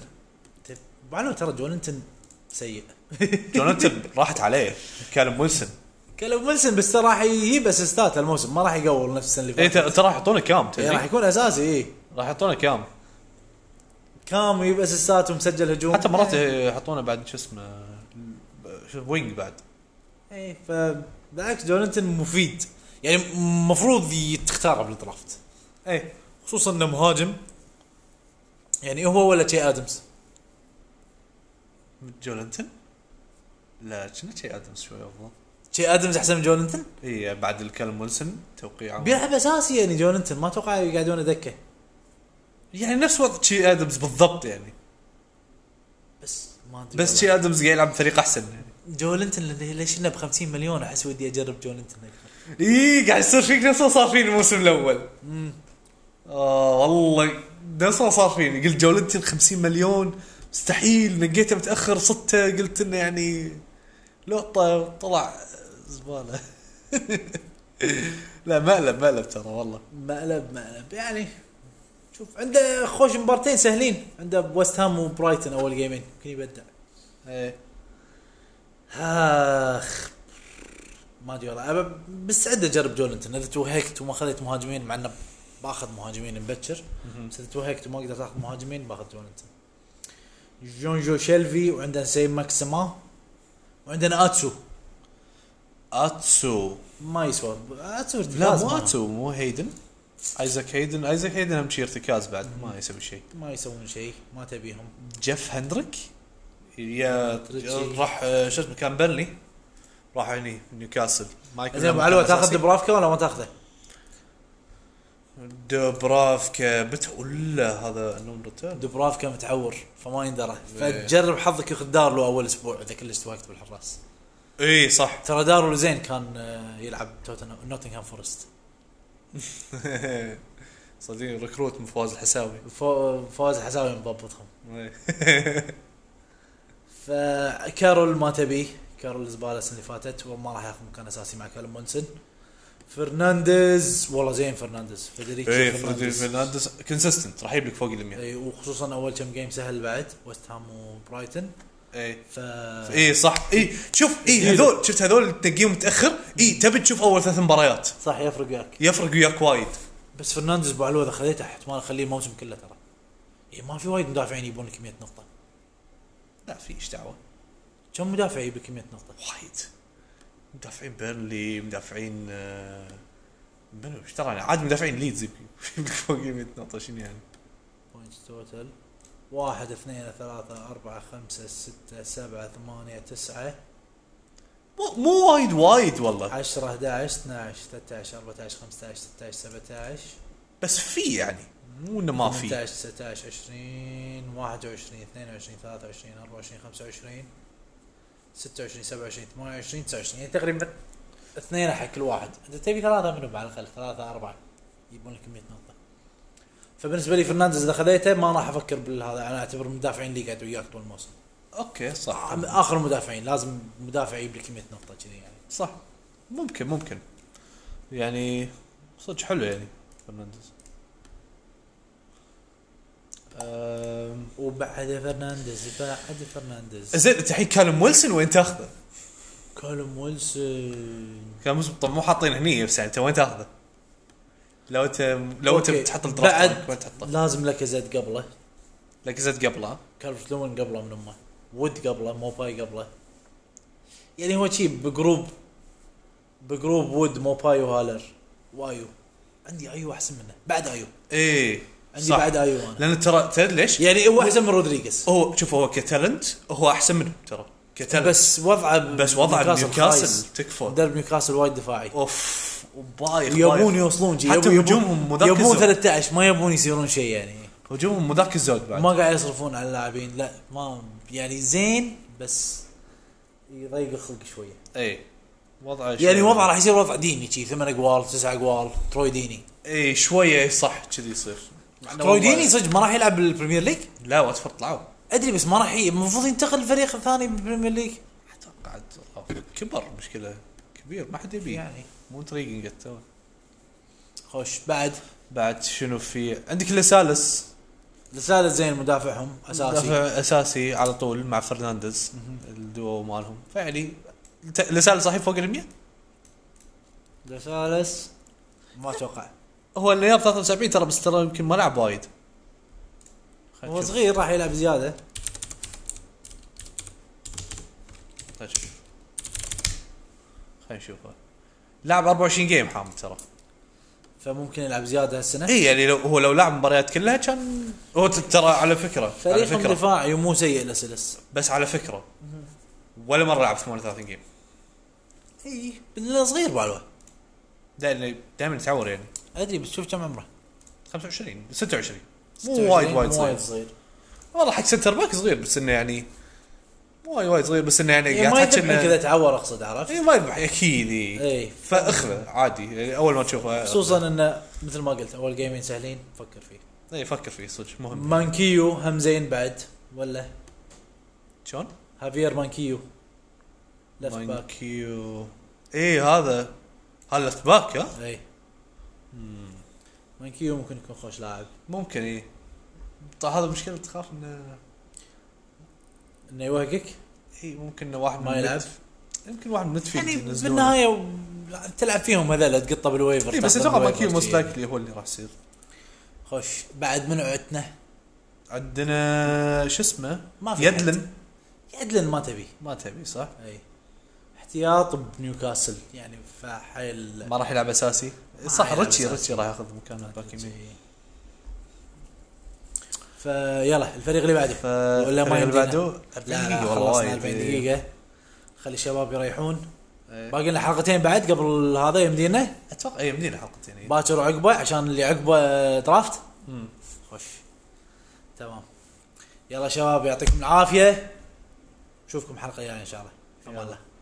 [SPEAKER 1] تب- معلومه ترى جولنتن سيء
[SPEAKER 2] جوناثان راحت عليه كان ويلسون
[SPEAKER 1] كلب ويلسون بس راح يجيب اسيستات الموسم ما راح يقول نفس السنه
[SPEAKER 2] اي
[SPEAKER 1] اللي فاتت
[SPEAKER 2] إيه، ترى راح يعطونه كام
[SPEAKER 1] إيه، راح
[SPEAKER 2] تدري
[SPEAKER 1] يكون اساسي اي
[SPEAKER 2] راح يعطونه كام
[SPEAKER 1] كام ويجيب اسيستات ومسجل هجوم إيه.
[SPEAKER 2] حتى مرات يحطونه بعد شو اسمه شو وينج بعد
[SPEAKER 1] اي فبالعكس جولنتن مفيد يعني المفروض تختاره بالدرافت إيه.
[SPEAKER 2] اي
[SPEAKER 1] خصوصا انه مهاجم يعني هو ولا تشي ادمز
[SPEAKER 2] جوناثان لا كنا شي ادمز شوي إيه، افضل
[SPEAKER 1] تشي ادمز احسن من جولنتن
[SPEAKER 2] اي بعد الكلم ويلسون توقيعه
[SPEAKER 1] بيلعب اساسي يعني جونتن ما اتوقع يقعدون دكه
[SPEAKER 2] يعني نفس وضع تشي ادمز بالضبط يعني
[SPEAKER 1] بس ما ادري
[SPEAKER 2] بس
[SPEAKER 1] والله.
[SPEAKER 2] تشي ادمز قاعد يلعب بفريق احسن يعني
[SPEAKER 1] جولنتن اللي- ليش انه ب 50 مليون احس ودي اجرب جولنتن اكثر
[SPEAKER 2] اي قاعد يعني يصير فيك نفس اللي صار فيني الموسم الاول اه والله نفس اللي صار فيني قلت جولتي ال 50 مليون مستحيل نقيته متاخر صدته قلت انه يعني لقطه طلع زباله لا مقلب مقلب ترى والله
[SPEAKER 1] مقلب مقلب يعني شوف عنده خوش مبارتين سهلين عنده ويست هام وبرايتن اول جيمين يمكن يبدع
[SPEAKER 2] ايه
[SPEAKER 1] اخ ما ادري والله أبا مستعد اجرب جولنتن اذا توهقت وما خذيت مهاجمين مع انه باخذ مهاجمين مبكر بس اذا توهقت وما قدرت اخذ مهاجمين باخذ جولنتن جونجو شيلفي وعندنا سيم ماكسما وعندنا اتسو
[SPEAKER 2] اتسو
[SPEAKER 1] ما يسوى اتسو
[SPEAKER 2] لا
[SPEAKER 1] ارتكاز
[SPEAKER 2] مو
[SPEAKER 1] ما-
[SPEAKER 2] اتسو مو هيدن ايزاك هيدن ايزاك هيدن هم شي ارتكاز بعد ما يسوي شيء
[SPEAKER 1] ما يسوون شيء ما تبيهم
[SPEAKER 2] جيف هندريك يا
[SPEAKER 1] ريتشي.
[SPEAKER 2] راح آه، شو اسمه كان بيرنلي راح هني نيوكاسل مايكل
[SPEAKER 1] زين ابو
[SPEAKER 2] لما
[SPEAKER 1] علوه
[SPEAKER 2] كان
[SPEAKER 1] تاخذ
[SPEAKER 2] أساسي.
[SPEAKER 1] برافكا ولا ما تاخذه؟
[SPEAKER 2] دبرافكا بته ولا هذا نون ريتيرن
[SPEAKER 1] دبرافكا متعور فما يندرى
[SPEAKER 2] إيه.
[SPEAKER 1] فتجرب حظك ياخذ دارلو اول اسبوع اذا كلش توهقت بالحراس
[SPEAKER 2] اي صح
[SPEAKER 1] ترى دارلو زين كان آه، يلعب توتنهام نوتنغهام فورست
[SPEAKER 2] صديق ريكروت من فواز الحساوي
[SPEAKER 1] فو- فواز الحساوي مضبطهم
[SPEAKER 2] إيه.
[SPEAKER 1] فكارول ما تبيه كارول زباله السنه اللي فاتت وما راح ياخذ مكان اساسي مع كالم مونسن فرنانديز والله زين فرنانديز فيدريكو
[SPEAKER 2] اي فريدي إيه، فرنانديز كونسيستنت راح يجيب لك فوق ال 100
[SPEAKER 1] اي وخصوصا اول كم جيم سهل بعد وست هام وبرايتن
[SPEAKER 2] اي
[SPEAKER 1] ف
[SPEAKER 2] اي صح اي شوف اي
[SPEAKER 1] جديد.
[SPEAKER 2] هذول شفت هذول اللي تنقيهم متاخر اي تبي تشوف اول ثلاث مباريات
[SPEAKER 1] صح يفرق وياك
[SPEAKER 2] يفرق وياك وايد
[SPEAKER 1] بس فرنانديز بعلوه اذا خذيته احتمال اخليه الموسم كله ترى إيه ما في وايد مدافعين يبون لك 100 نقطه
[SPEAKER 2] لا في ايش دعوه
[SPEAKER 1] كم مدافع يجيب لك 100 نقطه
[SPEAKER 2] وايد مدافعين بيرلي مدافعين آه، منو ايش ترى عاد مدافعين ليدز يبكي فوق 100 نقطه شنو يعني
[SPEAKER 1] بوينتس توتال واحد اثنين ثلاثة أربعة خمسة ستة سبعة ثمانية تسعة
[SPEAKER 2] مو مو وايد وايد والله
[SPEAKER 1] عشرة 11 12 13 14 15 16 17
[SPEAKER 2] بس في يعني مو انه ما في
[SPEAKER 1] 18 19 20 21 22 23 24 25 26 27 28 29 يعني تقريبا اثنين حق كل واحد انت تبي ثلاثه منهم على الاقل ثلاثه اربعه يجيبون لك 100 نقطه فبالنسبه لي فرنانديز اذا خذيته ما راح افكر بالهذا انا اعتبر مدافعين اللي قاعد وياك طول الموسم
[SPEAKER 2] اوكي صح
[SPEAKER 1] اخر مدافعين لازم مدافع يجيب لك 100 نقطه كذي يعني
[SPEAKER 2] صح ممكن ممكن يعني صدق حلو يعني فرنانديز أم،
[SPEAKER 1] وبعد فرنانديز بعد فرنانديز
[SPEAKER 2] زين انت الحين كالم ويلسون وين تاخذه؟
[SPEAKER 1] كولم ويلسون
[SPEAKER 2] كان مس- طب مو حاطين هني بس يعني انت وين تاخذه؟ لو انت لو انت
[SPEAKER 1] أوكي. بعد-
[SPEAKER 2] بتحط الدرافت وين تحطه؟
[SPEAKER 1] لازم لاكازيت قبله
[SPEAKER 2] لاكازيت قبله
[SPEAKER 1] كارفت لون قبله من امه وود قبله موباي قبله يعني هو شي بجروب بجروب وود موباي وهالر وايو عندي ايو احسن منه بعد ايو
[SPEAKER 2] ايه
[SPEAKER 1] عندي بعد ايو انا
[SPEAKER 2] لان ترى تدري ليش؟
[SPEAKER 1] يعني هو احسن من رودريغيز
[SPEAKER 2] هو شوف هو كتالنت هو احسن منه ترى كتالنت بس
[SPEAKER 1] بس وضعه
[SPEAKER 2] بس وضع
[SPEAKER 1] خايس.
[SPEAKER 2] نيوكاسل تكفى
[SPEAKER 1] درب نيوكاسل وايد دفاعي
[SPEAKER 2] اوف وبايخ
[SPEAKER 1] يبون
[SPEAKER 2] بايخ.
[SPEAKER 1] يوصلون جي
[SPEAKER 2] حتى
[SPEAKER 1] يبون- يبون-
[SPEAKER 2] هجومهم مو ذاك
[SPEAKER 1] يبون
[SPEAKER 2] الزود.
[SPEAKER 1] 13 ما يبون يصيرون شيء يعني
[SPEAKER 2] هجومهم مو ذاك الزود بعد
[SPEAKER 1] ما قاعد يصرفون على اللاعبين لا ما يعني زين بس يضيق الخلق شويه
[SPEAKER 2] اي وضعه
[SPEAKER 1] يعني وضعه راح يصير وضع ديني شي ثمان اقوال تسع اقوال تروي ديني
[SPEAKER 2] اي شويه إي صح كذي يصير
[SPEAKER 1] تروي ديني صدق ما راح يلعب بالبريمير ليج
[SPEAKER 2] لا واتفورد طلعوا
[SPEAKER 1] ادري بس ما راح ي- المفروض ينتقل الفريق الثاني بالبريمير ليج
[SPEAKER 2] اتوقع عاد والله كبر مشكله كبير ما حد يبيه
[SPEAKER 1] يعني
[SPEAKER 2] مو انتريجنج تو
[SPEAKER 1] خوش بعد
[SPEAKER 2] بعد شنو في عندك لسالس
[SPEAKER 1] لسالة زين مدافعهم اساسي
[SPEAKER 2] مدافع اساسي على طول مع فرنانديز الدو مالهم فيعني ت- لسان صحيح فوق ال 100
[SPEAKER 1] لسالس ما اتوقع
[SPEAKER 2] هو اللي جاب 73 ترى بس ترى يمكن ما لعب وايد خل
[SPEAKER 1] هو
[SPEAKER 2] نشوف.
[SPEAKER 1] صغير راح يلعب زياده
[SPEAKER 2] خل نشوف خلينا نشوفه لعب 24 جيم حامد ترى
[SPEAKER 1] فممكن يلعب زياده هالسنه
[SPEAKER 2] اي يعني لو هو لو لعب مباريات كلها كان هو ت- ترى على فكره على
[SPEAKER 1] فريقهم
[SPEAKER 2] فكره
[SPEAKER 1] دفاعي ومو سيء لسلس
[SPEAKER 2] بس على فكره ولا مره لعب 38 جيم إيه،
[SPEAKER 1] اي بالله صغير بعلوه
[SPEAKER 2] دائما دائما يتعور يعني
[SPEAKER 1] ادري بس شوف كم عمره
[SPEAKER 2] 25 26 مو وايد
[SPEAKER 1] 26
[SPEAKER 2] وايد
[SPEAKER 1] مو
[SPEAKER 2] صغير
[SPEAKER 1] وايد صغير
[SPEAKER 2] والله حق سنتر باك صغير بس انه يعني مو وايد وايد صغير بس انه يعني
[SPEAKER 1] إيه،
[SPEAKER 2] قاعد
[SPEAKER 1] ما
[SPEAKER 2] تحكي إيه.
[SPEAKER 1] يذبح
[SPEAKER 2] انه
[SPEAKER 1] كذا تعور اقصد عرفت؟ إيه.
[SPEAKER 2] اي إيه، ما يذبح اكيد إي.
[SPEAKER 1] اي
[SPEAKER 2] فاخذه عادي يعني اول ما تشوفه
[SPEAKER 1] خصوصا انه مثل ما قلت اول جيمين سهلين فكر فيه
[SPEAKER 2] اي فكر إيه، فيه صدق مهم
[SPEAKER 1] مانكيو هم زين بعد ولا
[SPEAKER 2] شلون؟
[SPEAKER 1] هافير مانكيو لفت باك
[SPEAKER 2] مانكيو اي إيه، هذا هذا لفت باك ها
[SPEAKER 1] اي إيه. مانكيو ممكن يكون خوش لاعب
[SPEAKER 2] ممكن اي طيب هذا مشكله تخاف انه
[SPEAKER 1] انه يوهقك
[SPEAKER 2] اي إيه، ممكن انه واحد من
[SPEAKER 1] ما يلعب.
[SPEAKER 2] الميدف- يمكن واحد من الميدفيلد
[SPEAKER 1] يعني
[SPEAKER 2] ينزلونه.
[SPEAKER 1] بالنهايه و... تلعب فيهم هذول تقطه بالويفر
[SPEAKER 2] اي إيه، بس
[SPEAKER 1] تاخذ
[SPEAKER 2] اتوقع
[SPEAKER 1] بالويفر
[SPEAKER 2] ماكيو موست
[SPEAKER 1] شي.
[SPEAKER 2] لايكلي هو اللي راح يصير
[SPEAKER 1] خوش بعد من عدتنا
[SPEAKER 2] عندنا شو اسمه
[SPEAKER 1] ما في
[SPEAKER 2] يدلن
[SPEAKER 1] حد. يدلن ما تبي
[SPEAKER 2] ما تبي صح؟
[SPEAKER 1] اي احتياط بنيوكاسل يعني فحيل
[SPEAKER 2] ما راح يلعب اساسي
[SPEAKER 1] ما
[SPEAKER 2] صح
[SPEAKER 1] راح يلعب
[SPEAKER 2] ريتشي
[SPEAKER 1] أساسي.
[SPEAKER 2] ريتشي راح ياخذ مكانه باك يمين
[SPEAKER 1] فيلا الفريق اللي بعده
[SPEAKER 2] ف
[SPEAKER 1] ولا ما
[SPEAKER 2] الفريق
[SPEAKER 1] يمدينا؟
[SPEAKER 2] اللي بعده 40
[SPEAKER 1] لا
[SPEAKER 2] دقيقه
[SPEAKER 1] لا
[SPEAKER 2] والله
[SPEAKER 1] خلصنا
[SPEAKER 2] وايد
[SPEAKER 1] 40
[SPEAKER 2] إي.
[SPEAKER 1] دقيقة خلي الشباب يريحون
[SPEAKER 2] إي.
[SPEAKER 1] باقي لنا حلقتين بعد قبل هذا يمدينا
[SPEAKER 2] اتوقع اي مدينه حلقتين إي.
[SPEAKER 1] باكر وعقبه عشان اللي عقبه درافت
[SPEAKER 2] مم.
[SPEAKER 1] خش تمام يلا شباب يعطيكم العافية نشوفكم حلقة جاية ان شاء الله في امان
[SPEAKER 2] يلا.
[SPEAKER 1] الله